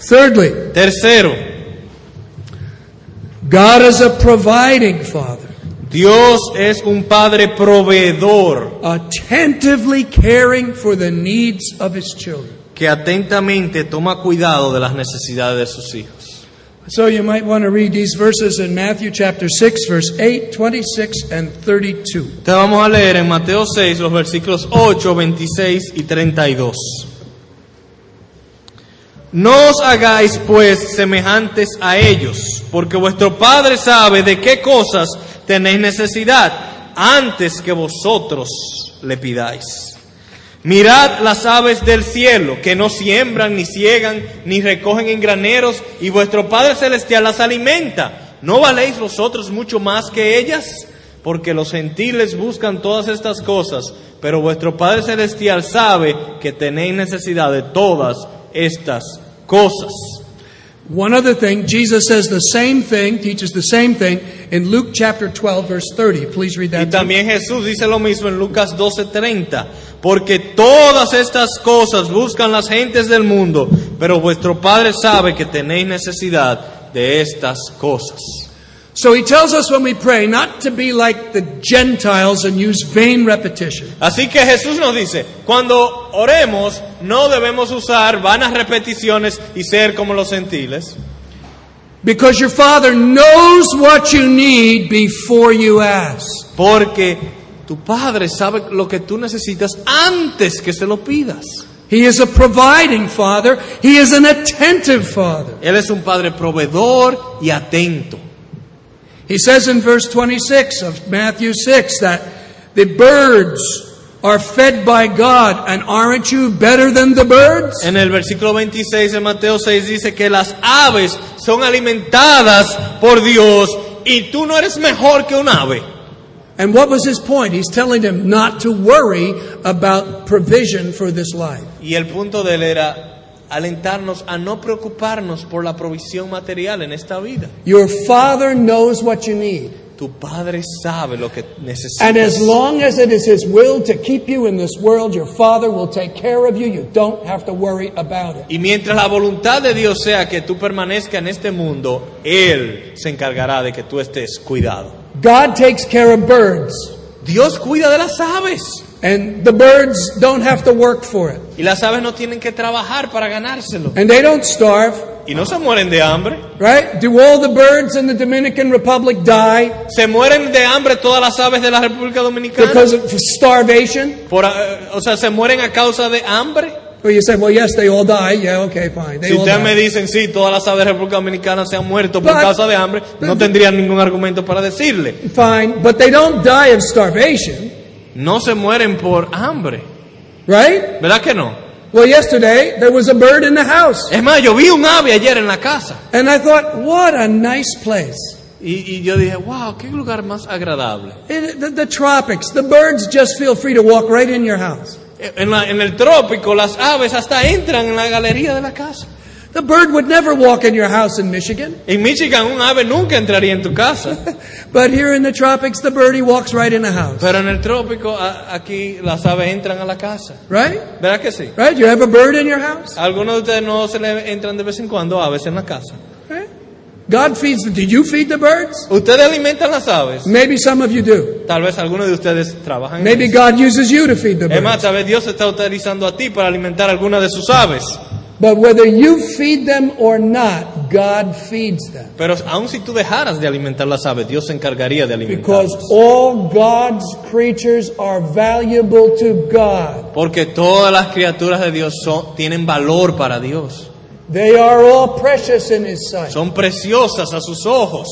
Speaker 1: Thirdly,
Speaker 2: Tercero,
Speaker 1: God is a providing father,
Speaker 2: Dios es un padre proveedor
Speaker 1: attentively caring for the needs of his children.
Speaker 2: que atentamente toma cuidado de las necesidades de sus hijos.
Speaker 1: So you might want to read these verses in Matthew chapter 6 verse 8, 26 and 32.
Speaker 2: Te vamos a leer en Mateo 6 los versículos 8, 26 y 32. No os hagáis pues semejantes a ellos, porque vuestro Padre sabe de qué cosas tenéis necesidad antes que vosotros le pidáis. Mirad las aves del cielo, que no siembran, ni ciegan, ni recogen en graneros, y vuestro Padre Celestial las alimenta. ¿No valéis vosotros mucho más que ellas? Porque los gentiles buscan todas estas cosas, pero vuestro Padre Celestial sabe que tenéis necesidad de todas estas cosas.
Speaker 1: One other thing, Jesus says the same thing, teaches the same thing in Luke chapter 12, verse 30. Please read
Speaker 2: Y
Speaker 1: that. too.
Speaker 2: también Jesús dice lo mismo en Lucas 12:30, porque todas estas cosas buscan las gentes del mundo, pero vuestro Padre sabe que tenéis necesidad de estas cosas.
Speaker 1: So he tells us when we pray not to be like the Gentiles and use vain repetition.
Speaker 2: Así que Jesús nos dice, cuando oremos no debemos usar vanas repeticiones y ser como los gentiles,
Speaker 1: Because your Father knows what you need before you ask.
Speaker 2: porque tu Padre sabe lo que tú necesitas antes que se lo pidas.
Speaker 1: He is a providing Father, He is an attentive Father.
Speaker 2: Él es un Padre proveedor y atento.
Speaker 1: He says in verse 26 of Matthew 6 that the birds are fed by God, and aren't you better than the birds?
Speaker 2: En el versículo 26 de Mateo 6 dice que las aves son alimentadas por Dios y tú no eres mejor que un ave.
Speaker 1: And what was his point? He's telling them not to worry about provision for this life.
Speaker 2: Y el punto de él era alentarnos a no preocuparnos por la provisión material en esta vida.
Speaker 1: Your Father knows what you need.
Speaker 2: Tu Padre sabe lo que
Speaker 1: And as
Speaker 2: necesitas.
Speaker 1: long as it is His will to keep you in this world, your Father will take care of you. You don't have to worry about it.
Speaker 2: Y mientras la voluntad de Dios sea que tú permanezcas en este mundo, Él se encargará de que tú estés cuidado.
Speaker 1: God takes care of birds,
Speaker 2: Dios cuida de las aves.
Speaker 1: and the birds don't have to work for it.
Speaker 2: Y las aves no tienen que trabajar para ganárselo.
Speaker 1: And they don't starve,
Speaker 2: Y no se mueren de hambre.
Speaker 1: right? Do all the birds in the Dominican Republic die
Speaker 2: Se mueren de hambre todas las aves de la República Dominicana.
Speaker 1: because of starvation?
Speaker 2: Por, eh, o sea, se mueren a causa de hambre.
Speaker 1: Well, you say, well, yes, they all die. Yeah, okay, fine. They
Speaker 2: Si
Speaker 1: all
Speaker 2: ustedes me
Speaker 1: die.
Speaker 2: dicen, sí, todas las aves de la República Dominicana se han muerto por
Speaker 1: But-
Speaker 2: causa de hambre, no tendrían ningún argumento para decirle.
Speaker 1: Fine, but they don't die of starvation,
Speaker 2: No se mueren por hambre.
Speaker 1: right?
Speaker 2: ¿Verdad que no?
Speaker 1: Well, yesterday there was a bird in the house,
Speaker 2: Es más, yo vi un ave ayer en la casa.
Speaker 1: and I thought, what a nice place.
Speaker 2: Y, y yo dije, wow, qué lugar más agradable.
Speaker 1: In the, the tropics, the birds just feel free to walk right in your house.
Speaker 2: E, En, la- en el trópico, las aves hasta entran en la galería de la casa.
Speaker 1: The bird would never walk in your house in Michigan,
Speaker 2: En Michigan, un ave nunca entraría en tu casa.
Speaker 1: but here in the tropics, the birdie walks right in the house,
Speaker 2: Pero en el trópico, a- aquí las aves entran a la casa.
Speaker 1: right?
Speaker 2: ¿Verdad que sí?
Speaker 1: Right? You have a bird in your house?
Speaker 2: Algunos de ustedes no se le entran de vez en cuando aves en la casa.
Speaker 1: Right? God feeds them. Do you feed the birds?
Speaker 2: Ustedes alimentan las aves.
Speaker 1: Maybe some of you do.
Speaker 2: Tal vez algunos de ustedes trabajan en
Speaker 1: Maybe
Speaker 2: eso.
Speaker 1: God uses you to feed the
Speaker 2: Es más,
Speaker 1: birds.
Speaker 2: tal vez Dios está utilizando a ti para alimentar alguna de sus aves.
Speaker 1: But whether you feed them or not, God feeds them.
Speaker 2: Pero aun si tú dejaras de alimentar las aves, Dios se encargaría de alimentarlas.
Speaker 1: Because all God's creatures are valuable to God.
Speaker 2: Porque todas las criaturas de Dios son- tienen valor para Dios.
Speaker 1: They are all precious in His sight.
Speaker 2: Son preciosas a sus ojos.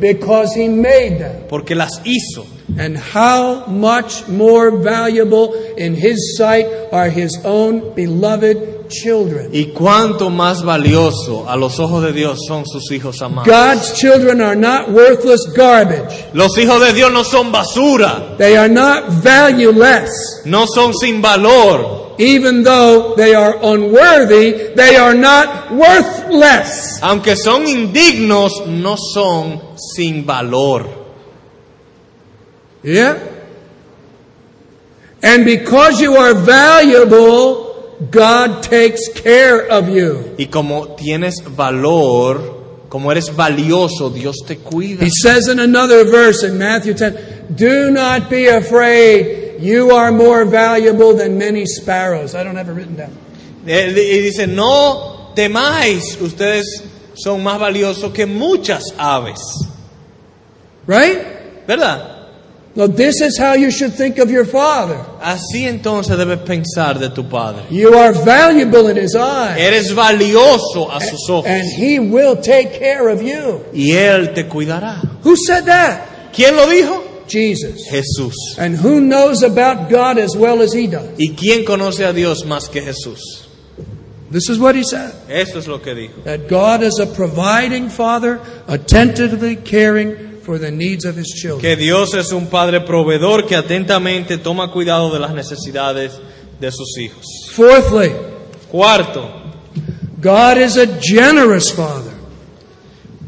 Speaker 1: because he made them.
Speaker 2: Porque las hizo.
Speaker 1: And how much more valuable in his sight are his own beloved children.
Speaker 2: Y cuánto más valioso a los ojos de Dios son sus hijos amados.
Speaker 1: God's children are not worthless garbage.
Speaker 2: Los hijos de Dios no son basura,
Speaker 1: They are not valueless.
Speaker 2: no son sin valor.
Speaker 1: Even though they are unworthy, they are not worthless.
Speaker 2: Aunque son indignos, no son sin valor.
Speaker 1: Yeah? And because you are valuable, God takes care of you.
Speaker 2: Y como tienes valor, como eres valioso, Dios te cuida.
Speaker 1: He says in another verse in Matthew 10, Do not be afraid. You are more valuable than many sparrows. I don't have it written down.
Speaker 2: Él- Y dice, no temáis, ustedes son más valiosos que muchas aves.
Speaker 1: Right?
Speaker 2: ¿Verdad?
Speaker 1: Now, this is how you should think of your father.
Speaker 2: Así entonces debes pensar de tu Padre.
Speaker 1: You are valuable in his eyes,
Speaker 2: Eres valioso a sus ojos
Speaker 1: and he will take care of you.
Speaker 2: y Él te cuidará.
Speaker 1: Who said that?
Speaker 2: ¿Quién lo dijo?
Speaker 1: Jesus.
Speaker 2: Jesús.
Speaker 1: And who knows about God as well as he does?
Speaker 2: ¿Y quién conoce a Dios más que Jesús?
Speaker 1: This is what he said
Speaker 2: Eso es lo que dijo.
Speaker 1: that God is a providing father, attentively caring for the needs of his children.
Speaker 2: Que Dios es un Padre proveedor que atentamente toma cuidado de las necesidades de sus hijos.
Speaker 1: Fourthly,
Speaker 2: Cuarto,
Speaker 1: God is a generous father,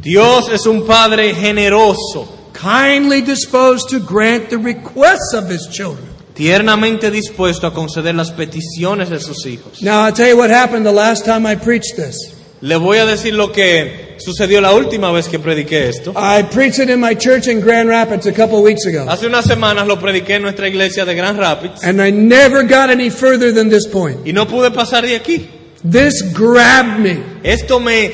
Speaker 2: Dios es un Padre generoso,
Speaker 1: kindly disposed to grant the requests of his children.
Speaker 2: tiernamente dispuesto a conceder las peticiones de sus hijos.
Speaker 1: Now, I'll tell you what happened the last time I preached this.
Speaker 2: Le voy a decir lo que sucedió la última vez que prediqué esto.
Speaker 1: I preached it in my church in Grand Rapids a couple of weeks ago.
Speaker 2: Hace unas semanas lo prediqué en nuestra iglesia de Grand Rapids
Speaker 1: And I never got any further than this point.
Speaker 2: y no pude pasar de aquí.
Speaker 1: This grabbed me.
Speaker 2: Esto me,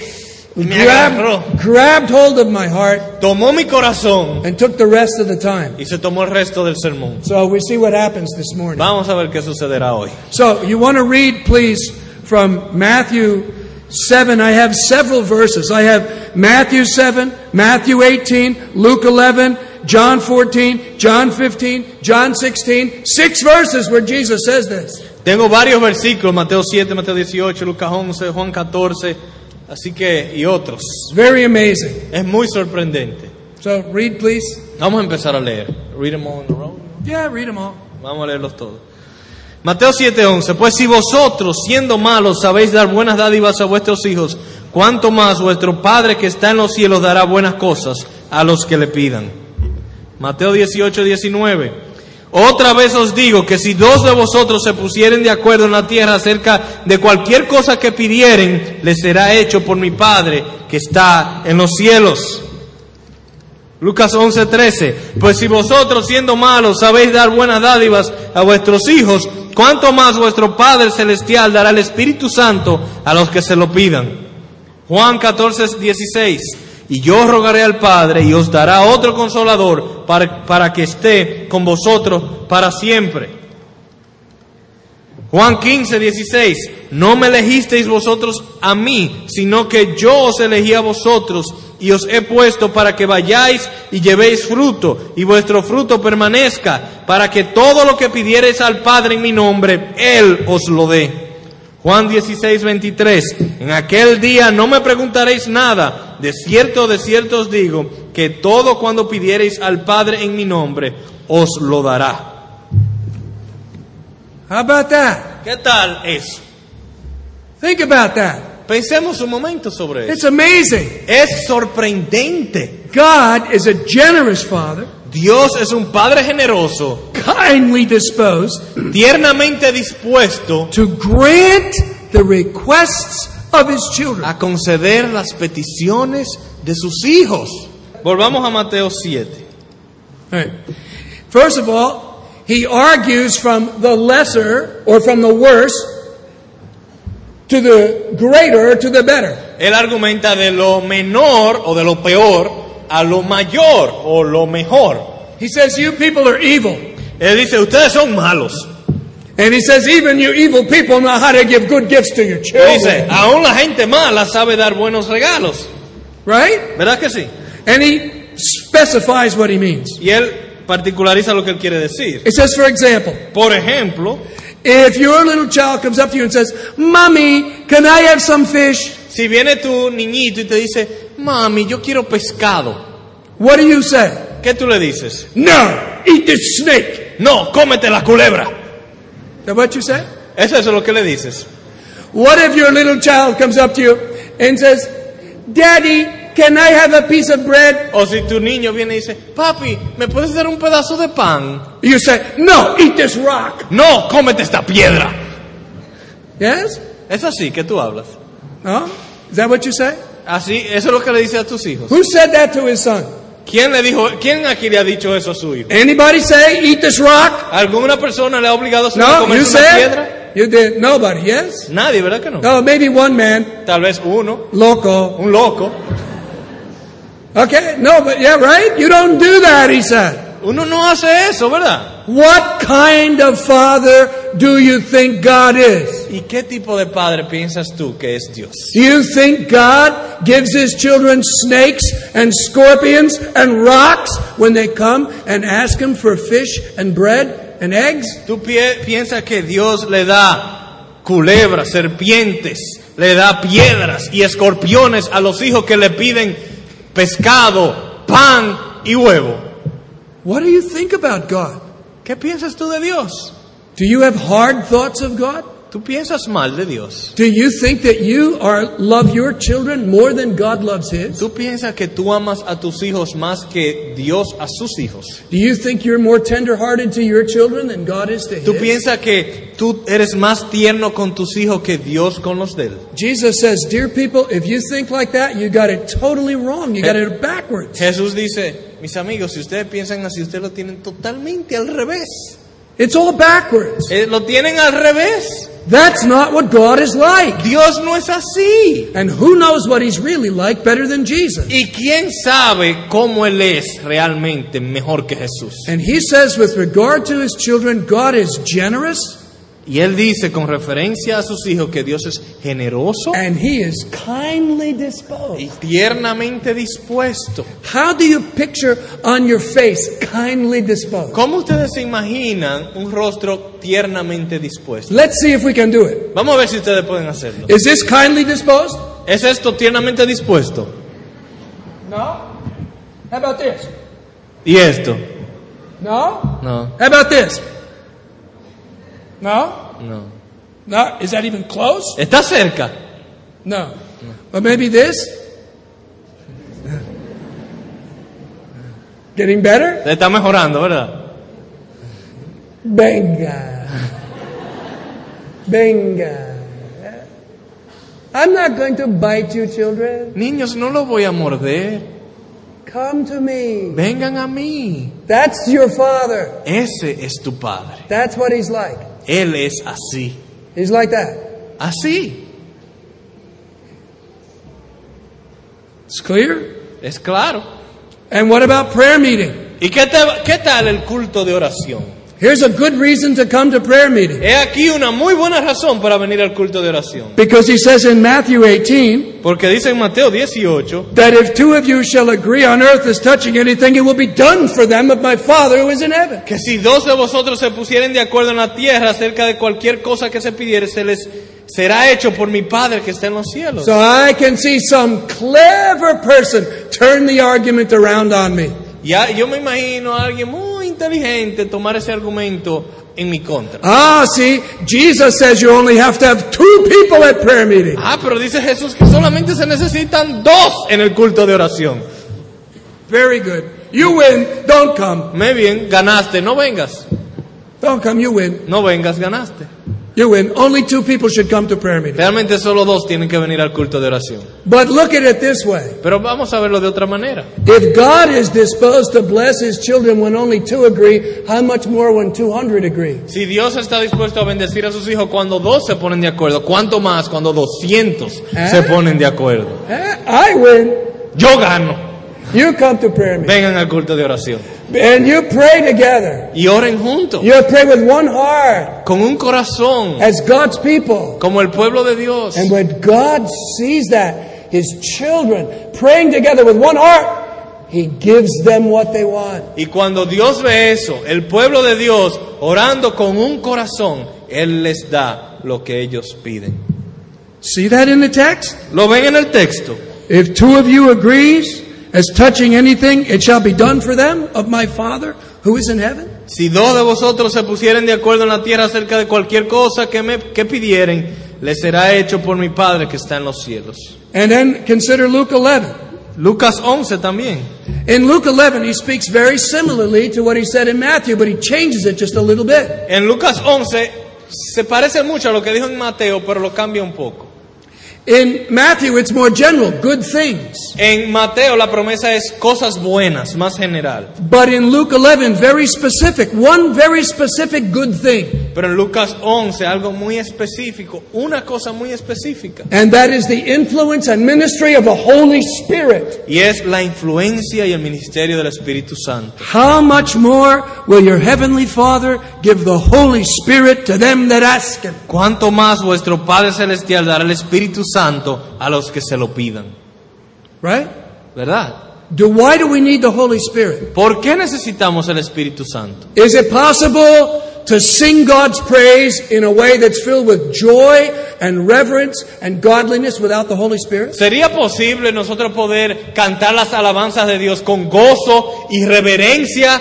Speaker 2: me agarró,
Speaker 1: Grabbed, grabbed hold of my heart
Speaker 2: tomó mi corazón
Speaker 1: and took the rest of the time.
Speaker 2: y se tomó el resto del sermón.
Speaker 1: So we see what happens this morning.
Speaker 2: Vamos a ver qué sucederá hoy.
Speaker 1: So you want to read, please, from Matthew 7. I have several verses. I have Matthew 7, Matthew 18, Luke 11, John 14, John 15, John 16. Six verses where Jesus says this.
Speaker 2: Tengo varios versículos, Mateo 7, Mateo 18, Lucas 11, Juan 14, así que y otros.
Speaker 1: It's very amazing.
Speaker 2: Es muy sorprendente.
Speaker 1: So read, please.
Speaker 2: Vamos a empezar a leer. Read them all in a row.
Speaker 1: Yeah, read them all.
Speaker 2: Vamos a leerlos todos. Mateo 7:11, pues si vosotros, siendo malos, sabéis dar buenas dádivas a vuestros hijos, cuánto más vuestro Padre que está en los cielos dará buenas cosas a los que le pidan. Mateo 18:19, otra vez os digo que si dos de vosotros se pusieren de acuerdo en la tierra acerca de cualquier cosa que pidieren, les será hecho por mi Padre que está en los cielos. Lucas 11:13, pues si vosotros siendo malos sabéis dar buenas dádivas a vuestros hijos, cuánto más vuestro Padre Celestial dará el Espíritu Santo a los que se lo pidan. Juan 14:16, y yo rogaré al Padre y os dará otro consolador para, para que esté con vosotros para siempre. Juan 15, 16. No me elegisteis vosotros a mí, sino que yo os elegí a vosotros y os he puesto para que vayáis y llevéis fruto y vuestro fruto permanezca, para que todo lo que pidiereis al Padre en mi nombre, Él os lo dé. Juan 16, 23. En aquel día no me preguntaréis nada. De cierto, de cierto os digo que todo cuando pidiereis al Padre en mi nombre, os lo dará.
Speaker 1: How about that?
Speaker 2: ¿Qué tal eso?
Speaker 1: Think about that.
Speaker 2: Pensemos un momento sobre eso.
Speaker 1: It's amazing.
Speaker 2: Es sorprendente.
Speaker 1: God is a generous father,
Speaker 2: Dios es un Padre generoso,
Speaker 1: kindly disposed
Speaker 2: tiernamente dispuesto
Speaker 1: to grant the requests of his children.
Speaker 2: a conceder las peticiones de sus hijos. Volvamos a Mateo 7.
Speaker 1: All right. First of all, he argues from the lesser or from the worse to the greater to the better.
Speaker 2: Él argumenta de lo menor o de lo peor a lo mayor o lo mejor.
Speaker 1: He says, You people are evil.
Speaker 2: Él dice, ustedes son malos.
Speaker 1: And he says, Even you evil people know how to give good gifts to your
Speaker 2: Él dice,
Speaker 1: children.
Speaker 2: aún la gente mala sabe dar buenos regalos.
Speaker 1: Right?
Speaker 2: ¿Verdad que sí?
Speaker 1: And he specifies what he means.
Speaker 2: Y él particulariza lo que él quiere decir.
Speaker 1: It says, for example,
Speaker 2: Por ejemplo,
Speaker 1: if your little child comes up to you and says, Mommy, can I have some fish?
Speaker 2: Si viene tu niñito y te dice, mami, yo quiero pescado,
Speaker 1: What do you say?
Speaker 2: ¿qué tú le dices?
Speaker 1: No, eat this snake.
Speaker 2: No, cómete la culebra.
Speaker 1: Is that what you say?
Speaker 2: Eso es lo que le dices.
Speaker 1: What if your little child comes up to you and says, Daddy, can I have a piece of bread?
Speaker 2: O si tu niño viene y dice, papi, ¿me puedes dar un pedazo de pan?
Speaker 1: You say, No, eat this rock.
Speaker 2: No, cómete esta piedra.
Speaker 1: Yes?
Speaker 2: Es así que tú hablas.
Speaker 1: No? Is that what you say?
Speaker 2: Así, eso es lo que le dices a tus hijos.
Speaker 1: Who said that to his son?
Speaker 2: ¿Quién le dijo, quién aquí le ha dicho eso a su hijo?
Speaker 1: Anybody say, Eat this rock?
Speaker 2: ¿Alguna persona le ha obligado a su hijo a
Speaker 1: No, you
Speaker 2: comerse una piedra?
Speaker 1: said? You did. Nobody, yes?
Speaker 2: Nadie, ¿verdad que no?
Speaker 1: No, maybe one man,
Speaker 2: Tal vez uno,
Speaker 1: loco.
Speaker 2: un loco.
Speaker 1: Okay, no, but yeah, right? You don't do that, he said.
Speaker 2: Uno no hace eso, ¿verdad?
Speaker 1: What kind of father do you think God is?
Speaker 2: ¿Y qué tipo de padre piensas tú que es Dios?
Speaker 1: Do you think God gives his children snakes and scorpions and rocks when they come and ask him for fish and bread and eggs?
Speaker 2: ¿Tú pie- piensas que Dios le da culebras, serpientes, le da piedras y escorpiones a los hijos que le piden pescado, pan y huevo?
Speaker 1: What do you think about God?
Speaker 2: ¿Qué piensas tú de Dios?
Speaker 1: Do you have hard thoughts of God?
Speaker 2: ¿Tú piensas mal de Dios?
Speaker 1: Do you think that you are love your children more than God loves his?
Speaker 2: ¿Tú piensas que tú amas a tus hijos más que Dios a sus hijos?
Speaker 1: Do you think you're more tenderhearted to your children than God is to
Speaker 2: ¿Tú
Speaker 1: his?
Speaker 2: piensas que tú eres más tierno con tus hijos que Dios con los de él?
Speaker 1: Jesus says, "Dear people, if you think like that, you got it totally wrong. You got it backwards."
Speaker 2: Jesús dice, mis amigos, si ustedes piensan así, ustedes lo tienen totalmente al revés.
Speaker 1: It's all backwards.
Speaker 2: Eh, lo tienen al revés.
Speaker 1: That's not what God is like.
Speaker 2: Dios no es así.
Speaker 1: And who knows what he's really like better than Jesus?
Speaker 2: ¿Y quién sabe cómo Él es realmente mejor que Jesús?
Speaker 1: And he says with regard to his children, God is generous
Speaker 2: Y Él dice con referencia a sus hijos que Dios es generoso
Speaker 1: and he is kindly disposed.
Speaker 2: y tiernamente dispuesto.
Speaker 1: How do you picture on your face kindly disposed?
Speaker 2: ¿Cómo ustedes se imaginan un rostro tiernamente dispuesto?
Speaker 1: Let's see if we can do it.
Speaker 2: Vamos a ver si ustedes pueden hacerlo.
Speaker 1: Is this kindly disposed?
Speaker 2: ¿Es esto tiernamente dispuesto?
Speaker 1: No. How about this?
Speaker 2: ¿Y esto?
Speaker 1: No.
Speaker 2: No,
Speaker 1: How about this? No.
Speaker 2: no.
Speaker 1: No. Is that even close?
Speaker 2: ¿Está cerca?
Speaker 1: No. Or maybe this? Getting better?
Speaker 2: Está mejorando, ¿verdad?
Speaker 1: Benga. Benga. I'm not going to bite you, children.
Speaker 2: Niños, no lo voy a morder.
Speaker 1: Come to me.
Speaker 2: Vengan a mí.
Speaker 1: That's your father.
Speaker 2: Ese es tu padre.
Speaker 1: That's what he's like.
Speaker 2: Él es así.
Speaker 1: He's like that.
Speaker 2: Así.
Speaker 1: It's clear?
Speaker 2: Es claro.
Speaker 1: And what about prayer meeting?
Speaker 2: ¿Y qué, te- qué tal el culto de oración?
Speaker 1: Here's a good reason to come to prayer meeting.
Speaker 2: He aquí una muy buena razón para venir al culto de oración.
Speaker 1: Because he says in Matthew 18
Speaker 2: Porque dice en Mateo 18
Speaker 1: that if two of you shall agree on earth as touching anything, it will be done for them of my Father who is in heaven.
Speaker 2: que si dos de vosotros se pusieren de acuerdo en la tierra acerca de cualquier cosa que se pidiere, se les será hecho por mi Padre que está en los cielos.
Speaker 1: So I can see some clever person turn the argument around on me.
Speaker 2: Ya, yo me imagino a alguien muy inteligente tomar ese argumento en mi contra.
Speaker 1: Ah, see, Jesus says you only have to have two people at prayer meeting.
Speaker 2: Ah, pero dice Jesús que solamente se necesitan dos en el culto de oración.
Speaker 1: Very good. You win. Don't come.
Speaker 2: Me bien, ganaste, no vengas.
Speaker 1: Don't come. You win.
Speaker 2: No vengas, ganaste.
Speaker 1: You win. Only two people should come to prayer meeting.
Speaker 2: Realmente solo dos tienen que venir al culto de oración.
Speaker 1: But look at it this way.
Speaker 2: Pero vamos a verlo de otra manera.
Speaker 1: If God is disposed to bless his children when only two agree, how much more when 200 agree?
Speaker 2: Si Dios está dispuesto a bendecir a sus hijos cuando dos se ponen de acuerdo, ¿cuánto más cuando 200
Speaker 1: ¿Eh?
Speaker 2: se ponen de acuerdo?
Speaker 1: Eh, I win.
Speaker 2: Yo gano.
Speaker 1: You come to prayer meeting.
Speaker 2: Vengan al culto de oración
Speaker 1: And you pray together.
Speaker 2: y oren juntos,
Speaker 1: You pray with one heart
Speaker 2: con un corazón,
Speaker 1: as God's people.
Speaker 2: como el pueblo de Dios.
Speaker 1: And when God sees that, his children praying together with one heart, he gives them what they want.
Speaker 2: Y cuando Dios ve eso, el pueblo de Dios orando con un corazón, Él les da lo que ellos piden.
Speaker 1: See that in the text?
Speaker 2: Lo ven en el texto.
Speaker 1: If two of you agrees as touching anything, it shall be done for them of my Father who is in heaven.
Speaker 2: Si dos de vosotros se pusieren de acuerdo en la tierra acerca de cualquier cosa que me que pidieren, les será hecho por mi Padre que está en los cielos.
Speaker 1: And then consider Luke 11.
Speaker 2: Lucas 11 también.
Speaker 1: In Luke 11, he speaks very similarly to what he said in Matthew, but he changes it just a little bit.
Speaker 2: En Lucas 11 se parece mucho a lo que dijo en Mateo, pero lo cambia un poco.
Speaker 1: In Matthew, it's more general, good things.
Speaker 2: En Mateo la promesa es cosas buenas, más general.
Speaker 1: But in Luke 11, very specific, one very specific good thing.
Speaker 2: Pero en Lucas 11 algo muy específico, una cosa muy específica.
Speaker 1: And that is the influence and ministry of the Holy Spirit.
Speaker 2: Y es la influencia y el ministerio del Espíritu Santo.
Speaker 1: How much more will your heavenly Father give the Holy Spirit to them that ask Him?
Speaker 2: Cuanto más vuestro Padre Celestial dará el Espíritu Santo a los que se lo pidan.
Speaker 1: Right?
Speaker 2: ¿Verdad?
Speaker 1: Do, why do we need the Holy Spirit?
Speaker 2: ¿Por qué necesitamos el Espíritu Santo?
Speaker 1: Is it possible to sing God's praise in a way that's filled with joy and reverence and godliness without the Holy Spirit?
Speaker 2: ¿Sería posible nosotros poder cantar las alabanzas de Dios con gozo y reverencia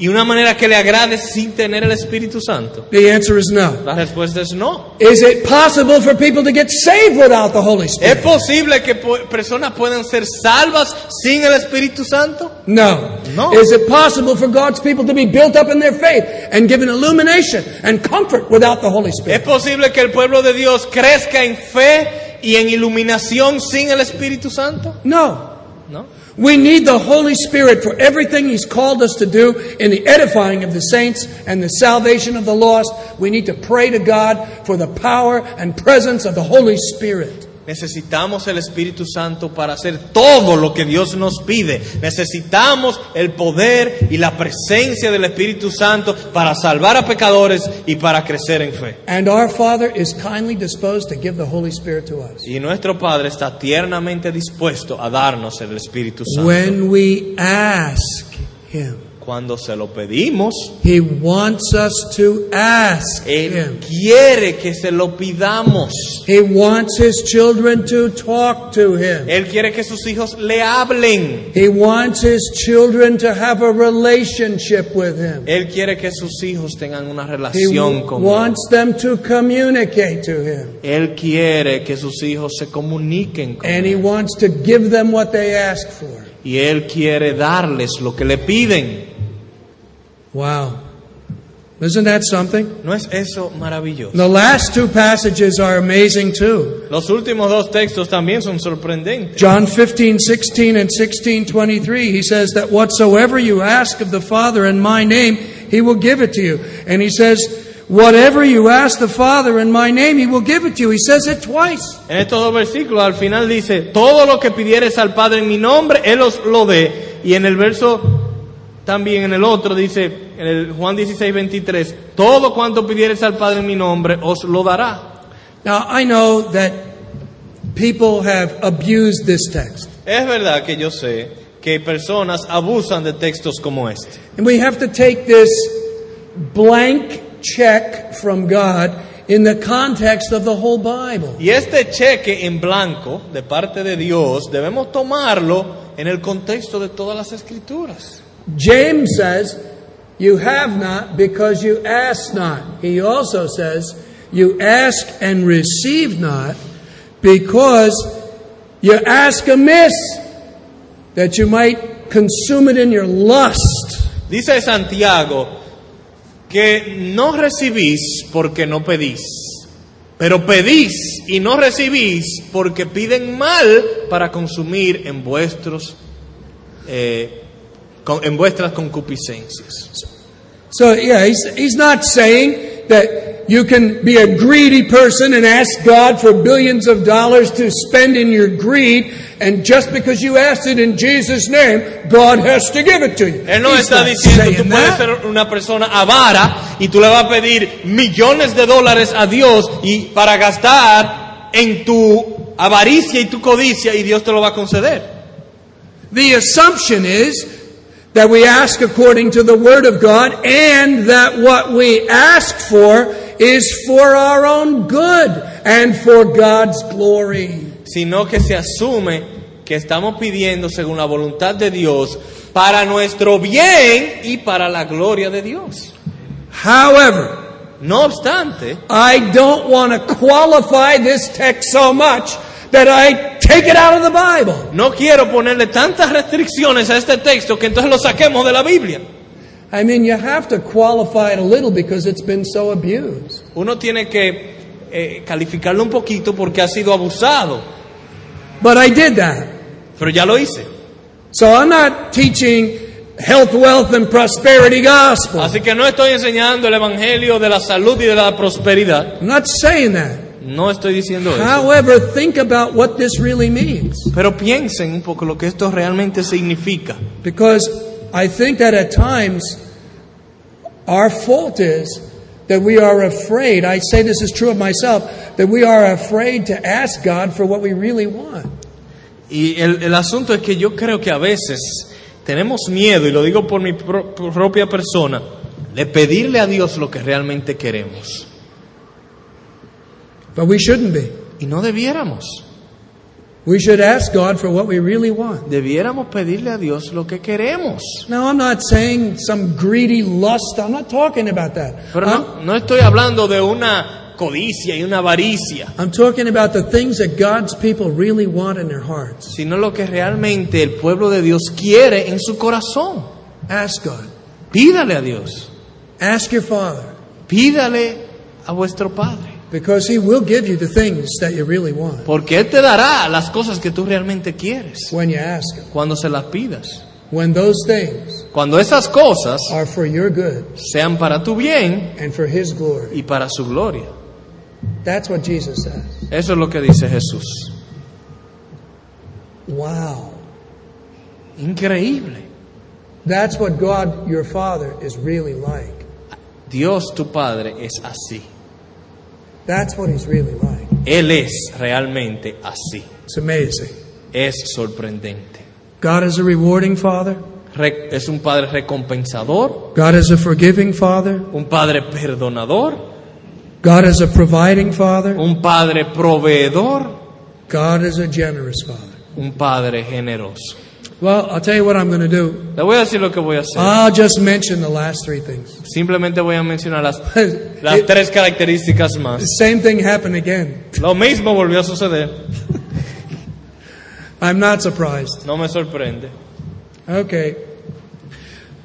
Speaker 2: y una manera que le agrade sin tener el Espíritu Santo?
Speaker 1: The answer is no.
Speaker 2: La respuesta es no.
Speaker 1: Is it possible for people to get saved without the Holy
Speaker 2: ¿Es
Speaker 1: Spirit?
Speaker 2: posible que po- personas puedan ser salvas sin el Espíritu Santo?
Speaker 1: No.
Speaker 2: No.
Speaker 1: Is it possible for God's people to be built up in their faith and given illumination and comfort without the Holy
Speaker 2: ¿Es
Speaker 1: Spirit?
Speaker 2: posible que el pueblo de Dios crezca en fe y en iluminación sin el Espíritu Santo?
Speaker 1: No.
Speaker 2: No.
Speaker 1: We need the Holy Spirit for everything He's called us to do in the edifying of the saints and the salvation of the lost. We need to pray to God for the power and presence of the Holy Spirit.
Speaker 2: Necesitamos el Espíritu Santo para hacer todo lo que Dios nos pide. Necesitamos el poder y la presencia del Espíritu Santo para salvar a pecadores y para crecer en fe.
Speaker 1: And our Father is kindly disposed to give the Holy Spirit to us.
Speaker 2: Y nuestro Padre está tiernamente dispuesto a darnos el Espíritu Santo.
Speaker 1: When we ask Him.
Speaker 2: Cuando se lo pedimos,
Speaker 1: He wants us to ask
Speaker 2: Él
Speaker 1: Him.
Speaker 2: quiere que se lo pidamos.
Speaker 1: He wants His children to talk to Him.
Speaker 2: Él quiere que sus hijos le hablen.
Speaker 1: He wants His children to have a relationship with Him.
Speaker 2: Él quiere que sus hijos tengan una
Speaker 1: He
Speaker 2: relación con Él.
Speaker 1: wants them to communicate to Him.
Speaker 2: Él quiere que sus hijos se comuniquen con
Speaker 1: And He
Speaker 2: Él.
Speaker 1: wants to give them what they ask for.
Speaker 2: Y Él quiere darles lo que le piden.
Speaker 1: Wow. Isn't that something?
Speaker 2: ¿No es eso maravilloso?
Speaker 1: The last two passages are amazing too.
Speaker 2: Los últimos dos textos también son sorprendentes.
Speaker 1: John 15, 16 and 16, 23, he says that whatsoever you ask of the Father in my name, he will give it to you. And he says, whatever you ask the Father in my name, he will give it to you. He says it twice.
Speaker 2: En estos dos versículos al final dice, todo lo que pidieres al Padre en mi nombre, Él os lo dé. Y en el verso también, en el otro, dice, en el Juan 16, 23, todo cuanto pidieres al Padre en mi nombre, os lo dará.
Speaker 1: Now, I know that people have abused this text.
Speaker 2: Es verdad que yo sé que personas abusan de textos como este.
Speaker 1: And we have to take this blank check from God in the context of the whole Bible.
Speaker 2: Y este cheque en blanco de parte de Dios debemos tomarlo en el contexto de todas las escrituras.
Speaker 1: James says, You have not because you ask not. He also says, You ask and receive not because you ask amiss that you might consume it in your lust.
Speaker 2: Dice Santiago que no recibís porque no pedís, pero pedís y no recibís porque piden mal para consumir en vuestros eh, con- en vuestras concupiscencias.
Speaker 1: So, yeah, he's, he's not saying that you can be a greedy person and ask God for billions of dollars to spend in your greed, and just because you asked it in Jesus' name, God has to give it to you.
Speaker 2: Él no
Speaker 1: He's
Speaker 2: está
Speaker 1: not
Speaker 2: diciendo
Speaker 1: saying
Speaker 2: tú
Speaker 1: that.
Speaker 2: puedes ser una persona avara y tú le vas a pedir millones de dólares a Dios y para gastar en tu avaricia y tu codicia y Dios te lo va a conceder.
Speaker 1: The assumption is that we ask according to the Word of God and that what we ask for is for our own good and for God's glory.
Speaker 2: Sino que se asume que estamos pidiendo según la voluntad de Dios para nuestro bien y para la gloria de Dios.
Speaker 1: However,
Speaker 2: No obstante,
Speaker 1: I don't want to qualify this text so much that I take it out of the Bible.
Speaker 2: no quiero ponerle tantas restricciones a este texto que entonces lo saquemos de la Biblia.
Speaker 1: I mean, you have to qualify it a little because it's been so abused.
Speaker 2: Uno tiene que eh, calificarlo un poquito porque ha sido abusado.
Speaker 1: But I did that.
Speaker 2: Pero ya lo hice.
Speaker 1: So I'm not teaching health, wealth, and prosperity gospel.
Speaker 2: Así que no estoy enseñando el evangelio de la salud y de la prosperidad.
Speaker 1: I'm not saying that.
Speaker 2: No estoy diciendo eso.
Speaker 1: However, think about what this really means.
Speaker 2: Pero piensen un poco lo que esto realmente significa.
Speaker 1: Because I think that at times our fault is that we are afraid. I say this is true of myself that we are afraid to ask God for what we really want.
Speaker 2: Y el, el asunto es que yo creo que a veces tenemos miedo, y lo digo por mi pro- propia persona, de pedirle a Dios lo que realmente queremos.
Speaker 1: But we shouldn't be.
Speaker 2: Y no debiéramos.
Speaker 1: We should ask God for what we really want.
Speaker 2: Debiéramos pedirle a Dios lo que queremos.
Speaker 1: Now, I'm not saying some greedy lust. I'm not talking about that.
Speaker 2: Pero
Speaker 1: I'm,
Speaker 2: no, no estoy hablando de una codicia y una avaricia,
Speaker 1: I'm talking about the things that God's people really want in their hearts.
Speaker 2: sino lo que realmente el pueblo de Dios quiere en su corazón.
Speaker 1: Ask God.
Speaker 2: Pídale a Dios.
Speaker 1: Ask your Father.
Speaker 2: Pídale a vuestro Padre.
Speaker 1: Because He will give you the things that you really want.
Speaker 2: Porque Él te dará las cosas que tú realmente quieres
Speaker 1: when you ask Him.
Speaker 2: cuando se las pidas.
Speaker 1: When those things
Speaker 2: Cuando esas cosas
Speaker 1: are for your good
Speaker 2: sean para tu bien
Speaker 1: and for His glory.
Speaker 2: y para su gloria.
Speaker 1: That's what Jesus says.
Speaker 2: Eso es lo que dice Jesús.
Speaker 1: Wow.
Speaker 2: Increíble.
Speaker 1: That's what God, your Father, is really like.
Speaker 2: Dios tu Padre es así.
Speaker 1: That's what He's really like.
Speaker 2: Él es realmente así.
Speaker 1: It's amazing.
Speaker 2: Es sorprendente.
Speaker 1: God is a rewarding Father,
Speaker 2: Re- es un Padre recompensador,
Speaker 1: God is a forgiving Father,
Speaker 2: un Padre perdonador,
Speaker 1: God is a providing Father,
Speaker 2: un Padre proveedor,
Speaker 1: God is a generous Father.
Speaker 2: un Padre generoso.
Speaker 1: Well, I'll tell you what I'm going to do.
Speaker 2: Le voy a decir lo que voy a hacer.
Speaker 1: I'll just mention the last three things.
Speaker 2: Simplemente voy a mencionar las, las
Speaker 1: the
Speaker 2: tres características más.
Speaker 1: same thing happened again.
Speaker 2: Lo mismo volvió a suceder.
Speaker 1: I'm not surprised.
Speaker 2: No me sorprende.
Speaker 1: Okay.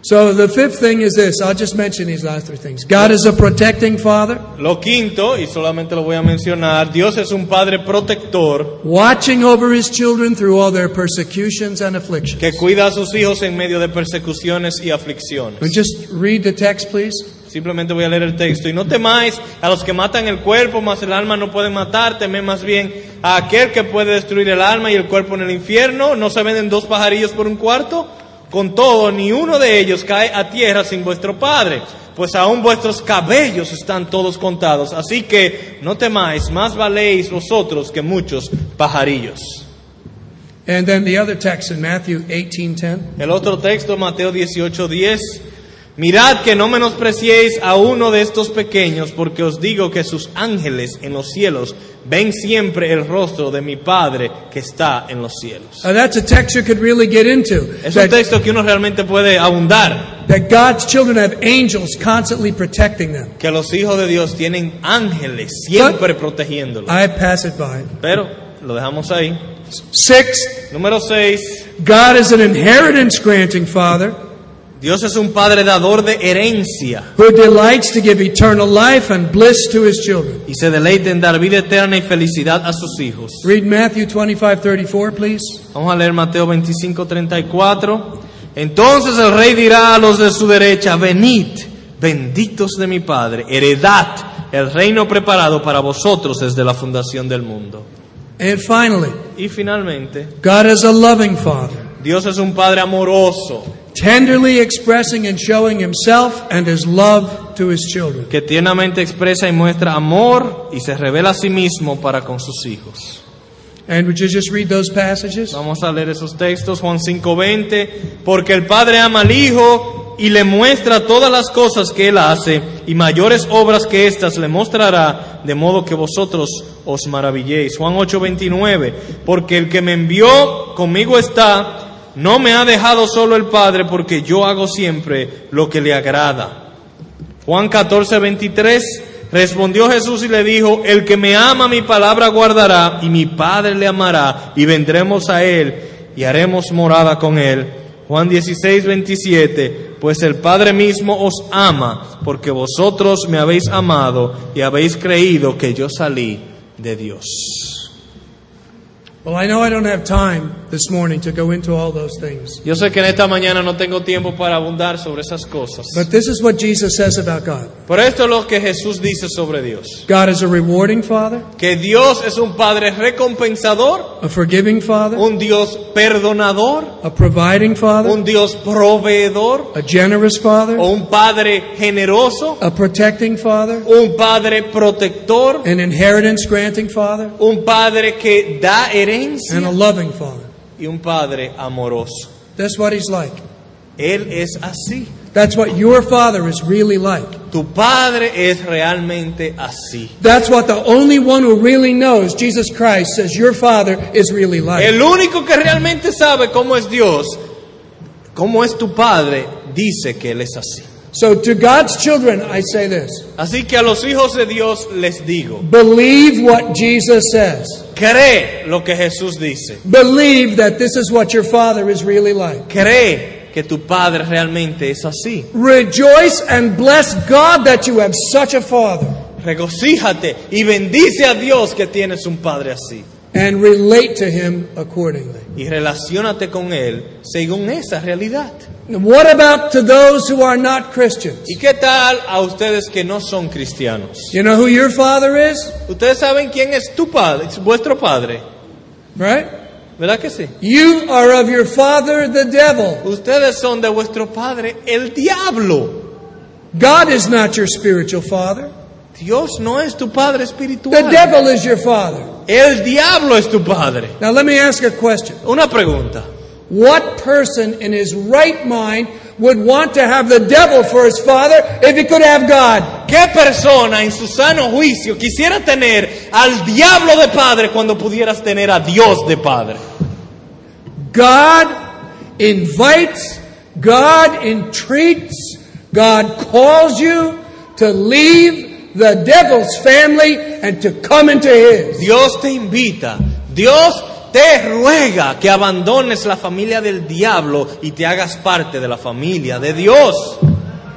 Speaker 1: So the fifth thing is this. I'll just mention these last three things. God is a protecting father,
Speaker 2: Lo quinto, y solamente lo voy a mencionar, Dios es un Padre protector
Speaker 1: watching over his children through all their persecutions and afflictions.
Speaker 2: que cuida a sus hijos en medio de persecuciones y aflicciones.
Speaker 1: Would you Just read the text, please.
Speaker 2: Simplemente voy a leer el texto. Y no temáis a los que matan el cuerpo, mas el alma no pueden matar. Temed más bien a aquel que puede destruir el alma y el cuerpo en el infierno. ¿No se venden dos pajarillos por un cuarto? Con todo, ni uno de ellos cae a tierra sin vuestro Padre, pues aún vuestros cabellos están todos contados. Así que no temáis, más valéis vosotros que muchos pajarillos.
Speaker 1: And then the other text in Matthew 18:10.
Speaker 2: El otro texto, Mateo 18:10. Mirad que no menospreciéis a uno de estos pequeños, porque os digo que sus ángeles en los cielos ven siempre el rostro de mi Padre que está en los cielos.
Speaker 1: Uh, that's a text you could really get into.
Speaker 2: Es
Speaker 1: That,
Speaker 2: un texto que uno realmente puede abundar,
Speaker 1: that God's children have angels constantly protecting them.
Speaker 2: que los hijos de Dios tienen ángeles siempre protegiéndolos.
Speaker 1: I pass it by.
Speaker 2: Pero lo dejamos ahí.
Speaker 1: Sixth,
Speaker 2: Número 6.
Speaker 1: God is an inheritance granting father.
Speaker 2: Dios es un Padre dador de herencia
Speaker 1: who delights to give eternal life and bliss to his children.
Speaker 2: y se deleita en dar vida eterna y felicidad a sus hijos.
Speaker 1: Read Matthew 25 34, please.
Speaker 2: Vamos a leer Mateo 25, 34. Entonces el rey dirá a los de su derecha, venid, benditos de mi Padre, heredad el reino preparado para vosotros desde la fundación del mundo.
Speaker 1: And finally,
Speaker 2: Y finalmente,
Speaker 1: God is a loving Father,
Speaker 2: Dios es un Padre amoroso
Speaker 1: tenderly expressing and showing himself and his love to his children.
Speaker 2: que tiernamente expresa y muestra amor y se revela a sí mismo para con sus hijos.
Speaker 1: And would you just read those passages?
Speaker 2: Vamos a leer esos textos, Juan 5:20, porque el Padre ama al Hijo y le muestra todas las cosas que Él hace, y mayores obras que éstas le mostrará, de modo que vosotros os maravilléis. Juan 8:29, porque el que me envió conmigo está, no me ha dejado solo el Padre, porque yo hago siempre lo que le agrada. Juan 14, 23, respondió Jesús y le dijo, el que me ama mi palabra guardará y mi Padre le amará y vendremos a él y haremos morada con él. Juan 16, 27, pues el Padre mismo os ama, porque vosotros me habéis amado y habéis creído que yo salí de Dios.
Speaker 1: Well, I know I don't have time this morning to go into all those things,
Speaker 2: Yo sé que en esta mañana no tengo tiempo para abundar sobre esas cosas,
Speaker 1: but this is what Jesus says about God
Speaker 2: pero esto es lo que Jesús dice sobre Dios.
Speaker 1: God is a rewarding Father,
Speaker 2: Que Dios es un Padre recompensador,
Speaker 1: a forgiving Father,
Speaker 2: un Dios perdonador,
Speaker 1: a providing Father,
Speaker 2: un Dios proveedor,
Speaker 1: a generous Father,
Speaker 2: o un Padre generoso,
Speaker 1: a protecting Father,
Speaker 2: un Padre protector,
Speaker 1: an inheritance granting Father,
Speaker 2: un Padre que da
Speaker 1: and a
Speaker 2: herencia
Speaker 1: loving Father.
Speaker 2: y un Padre amoroso.
Speaker 1: That's what He's like.
Speaker 2: Él es así.
Speaker 1: That's what your Father is really like.
Speaker 2: Tu Padre es realmente así.
Speaker 1: That's what the only one who really knows, Jesus Christ, says your Father is really like.
Speaker 2: El único que realmente sabe cómo es Dios, cómo es tu Padre, dice que Él es así.
Speaker 1: So to God's children, I say this
Speaker 2: Así que a los hijos de Dios les digo,
Speaker 1: believe what Jesus says.
Speaker 2: cree lo que Jesús dice.
Speaker 1: Believe that this is what your Father is really like.
Speaker 2: Cree que tu Padre realmente es así.
Speaker 1: Rejoice and bless God that you have such a Father
Speaker 2: Regocíjate y bendice a Dios que tienes un Padre así.
Speaker 1: and relate to Him accordingly.
Speaker 2: Y relaciónate con Él según esa realidad.
Speaker 1: What about to those who are not Christians?
Speaker 2: ¿Y qué tal a ustedes que no son cristianos?
Speaker 1: You know who your Father is?
Speaker 2: Ustedes saben quién es tu padre, es vuestro padre,
Speaker 1: Right?
Speaker 2: ¿verdad que sí?
Speaker 1: You are of your Father, the devil.
Speaker 2: Ustedes son de vuestro padre el diablo.
Speaker 1: God is not your spiritual Father.
Speaker 2: Dios no es tu padre espiritual.
Speaker 1: The devil is your father.
Speaker 2: El diablo es tu padre.
Speaker 1: Now let me ask a question.
Speaker 2: Una pregunta.
Speaker 1: What person in his right mind would want to have the devil for his father if he could have God?
Speaker 2: ¿Qué persona en su sano juicio quisiera tener al diablo de padre cuando pudieras tener a Dios de padre?
Speaker 1: God invites, God entreats, God calls you to leave the devil's family and to come into his.
Speaker 2: Dios te invita, Dios te ruega que abandones la familia del diablo y te hagas parte de la familia de Dios.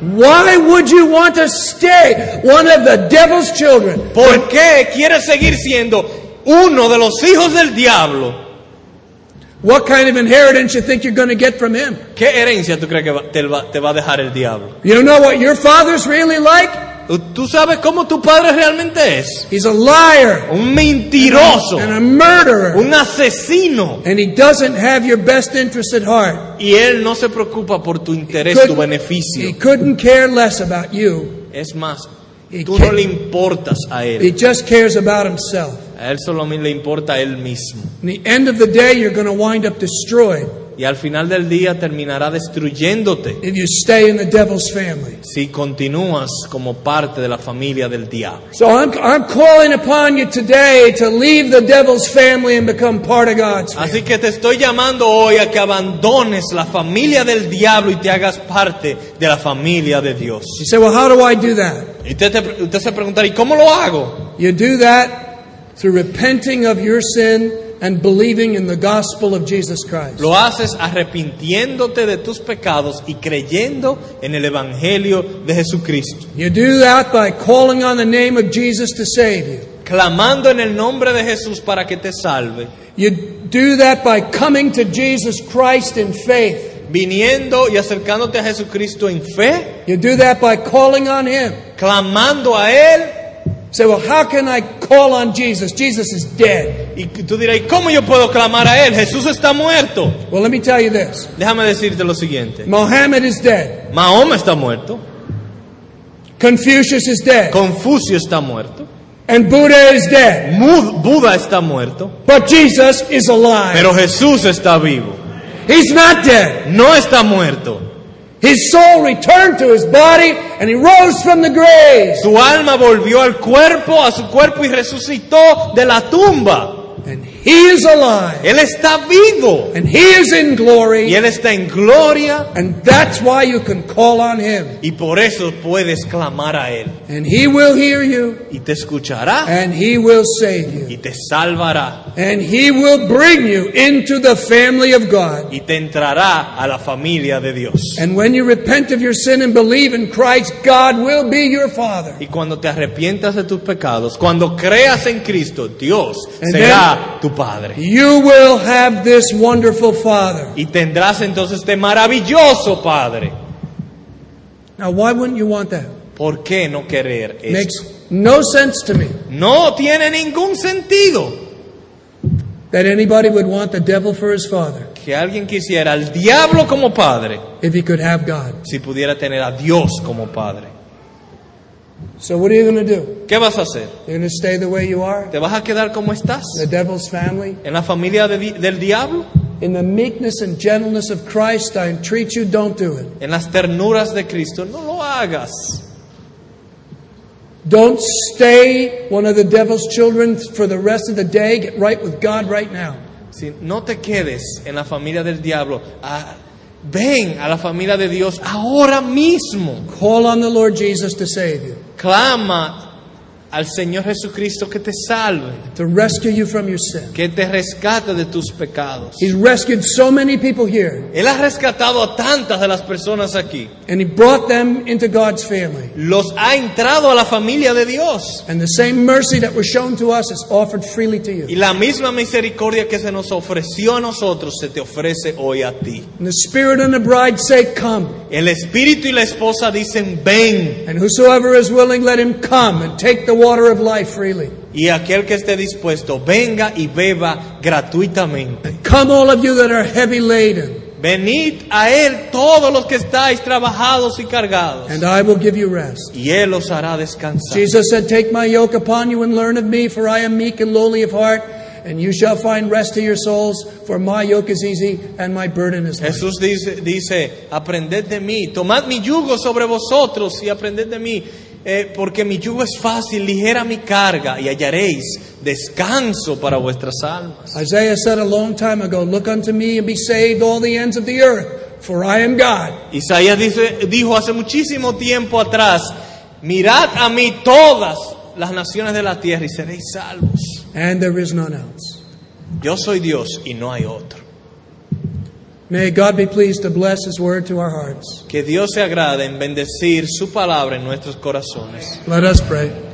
Speaker 1: Why would you want to stay one of the devil's children?
Speaker 2: ¿Por qué quieres seguir siendo uno de los hijos del diablo?
Speaker 1: What kind of inheritance you think you're going to get from him?
Speaker 2: ¿Qué herencia tú crees que va- te va, te va a dejar el diablo?
Speaker 1: You know what your father's really like?
Speaker 2: ¿Tú sabes cómo tu padre realmente es?
Speaker 1: He's a liar
Speaker 2: Un mentiroso,
Speaker 1: and a murderer.
Speaker 2: un asesino.
Speaker 1: And he doesn't have your best interest at heart.
Speaker 2: Y él no se preocupa por tu interés, tu
Speaker 1: he
Speaker 2: beneficio.
Speaker 1: couldn't care less about you.
Speaker 2: Es más,
Speaker 1: He
Speaker 2: tú no
Speaker 1: can't-
Speaker 2: le importas a
Speaker 1: He
Speaker 2: él.
Speaker 1: just cares about himself.
Speaker 2: A él solo le importa a él mismo.
Speaker 1: In the end of the day, you're going to wind up destroyed
Speaker 2: Y al final del día terminará destruyéndote
Speaker 1: if you stay in the devil's family.
Speaker 2: si continúas como parte de la familia del diablo.
Speaker 1: So I'm, I'm calling upon you today to leave the devil's family and become part of God's. family.
Speaker 2: Así que te estoy llamando hoy a que abandones la familia del diablo y te hagas parte de la familia de Dios.
Speaker 1: You say, well, how do I do that?
Speaker 2: Y usted, te- usted se preguntará, ¿y cómo lo hago?
Speaker 1: You do that through repenting of your sin and believing in the gospel of Jesus Christ.
Speaker 2: Lo haces arrepintiéndote de tus pecados y creyendo en el Evangelio de Jesucristo,
Speaker 1: You do that by calling on the name of Jesus to save you.
Speaker 2: clamando en el nombre de Jesús para que te salve,
Speaker 1: You do that by coming to Jesus Christ in faith.
Speaker 2: viniendo y acercándote a Jesucristo en fe,
Speaker 1: You do that by calling on Him.
Speaker 2: clamando a Él.
Speaker 1: Say, well, how can I call on Jesus? Jesus is dead.
Speaker 2: Y tú dirás, "¿Y ¿cómo yo puedo clamar a Él? Jesús está muerto.
Speaker 1: Well, let me tell you this
Speaker 2: Déjame decirte lo siguiente.
Speaker 1: Mohammed is dead.
Speaker 2: Mahoma está muerto.
Speaker 1: Confucius is dead.
Speaker 2: Confucio está muerto.
Speaker 1: And Buddha is dead.
Speaker 2: Mu- Buda está muerto.
Speaker 1: But Jesus is alive.
Speaker 2: Pero Jesús está vivo.
Speaker 1: He's not dead.
Speaker 2: No está muerto.
Speaker 1: His soul returned to his body and he rose from the grave.
Speaker 2: Su alma volvió al cuerpo, a su cuerpo y resucitó de la tumba.
Speaker 1: And He is alive.
Speaker 2: Él está vivo
Speaker 1: And He is in glory.
Speaker 2: y Él está en gloria
Speaker 1: And that's why you can call on Him.
Speaker 2: y por eso puedes clamar a Él
Speaker 1: And He will hear you.
Speaker 2: y te escuchará
Speaker 1: And He will save you.
Speaker 2: y te salvará
Speaker 1: And He will bring you into the family of God.
Speaker 2: y te entrará a la familia de Dios.
Speaker 1: And when you repent of your sin and believe in Christ, God will be your Father.
Speaker 2: Y cuando te arrepientas de tus pecados, cuando creas en Cristo, Dios
Speaker 1: And
Speaker 2: será tu Padre.
Speaker 1: You will have this wonderful Father.
Speaker 2: Y tendrás entonces este maravilloso Padre.
Speaker 1: Now, why wouldn't you want that?
Speaker 2: ¿Por qué no querer eso?
Speaker 1: Makes no sense to me
Speaker 2: No tiene ningún sentido
Speaker 1: that anybody would want the devil for his father
Speaker 2: que alguien quisiera al diablo como Padre
Speaker 1: if he could have God.
Speaker 2: si pudiera tener a Dios como Padre.
Speaker 1: So, what are you going to do?
Speaker 2: ¿Qué vas a hacer?
Speaker 1: You're going to stay the way you are?
Speaker 2: ¿Te vas a quedar como estás?
Speaker 1: The devil's family?
Speaker 2: ¿En la familia de di- del diablo?
Speaker 1: In the meekness and gentleness of Christ, I entreat you, don't do it.
Speaker 2: ¿En las ternuras de Cristo? No lo hagas.
Speaker 1: Don't stay one of the devil's children for the rest of the day. Get right with God right now.
Speaker 2: Si no te quedes en la familia del diablo, ah, ven a la familia de Dios ahora mismo.
Speaker 1: Call on the Lord Jesus to save you,
Speaker 2: Clama al Señor Jesucristo que te salve,
Speaker 1: to rescue you from your sin.
Speaker 2: que te rescate de tus pecados.
Speaker 1: He's rescued so many people here,
Speaker 2: Él ha rescatado a tantas de las personas aquí.
Speaker 1: and He brought them into God's family.
Speaker 2: Los ha entrado a la familia de Dios.
Speaker 1: And the same mercy that was shown to us is offered freely to
Speaker 2: Y
Speaker 1: you.
Speaker 2: la misma misericordia que se nos ofreció a nosotros se te ofrece hoy a ti.
Speaker 1: And the Spirit and the bride say, Come.
Speaker 2: El espíritu y la esposa dicen ven.
Speaker 1: And whosoever is willing, let him come and take the water of life freely.
Speaker 2: Y aquel que esté dispuesto, venga y beba gratuitamente.
Speaker 1: Come, all of you that are heavy laden,
Speaker 2: Venid a Él todos los que estáis trabajados y cargados.
Speaker 1: and I will give you rest.
Speaker 2: Y Él os hará descansar.
Speaker 1: Jesus said, Take my yoke upon you and learn of me, for I am meek and lowly of heart, and you shall find rest to your souls, for my yoke is easy and my burden is light.
Speaker 2: Jesús dice, dice, aprended de mí, tomad mi yugo sobre vosotros y aprended de mí, eh, porque mi yugo es fácil, ligera mi carga y hallaréis descanso para vuestras almas.
Speaker 1: Isaiah said a long time ago, Look unto me and be saved, all the ends of the earth, for I am God.
Speaker 2: Isaías dice- dijo hace muchísimo tiempo atrás, mirad a mí todas las naciones de la tierra y seréis salvos.
Speaker 1: And there is none else.
Speaker 2: Yo soy Dios y no hay otro.
Speaker 1: May God be pleased to bless His word to our hearts.
Speaker 2: Que Dios se agrade en bendecir su palabra en nuestros corazones.
Speaker 1: Let us pray.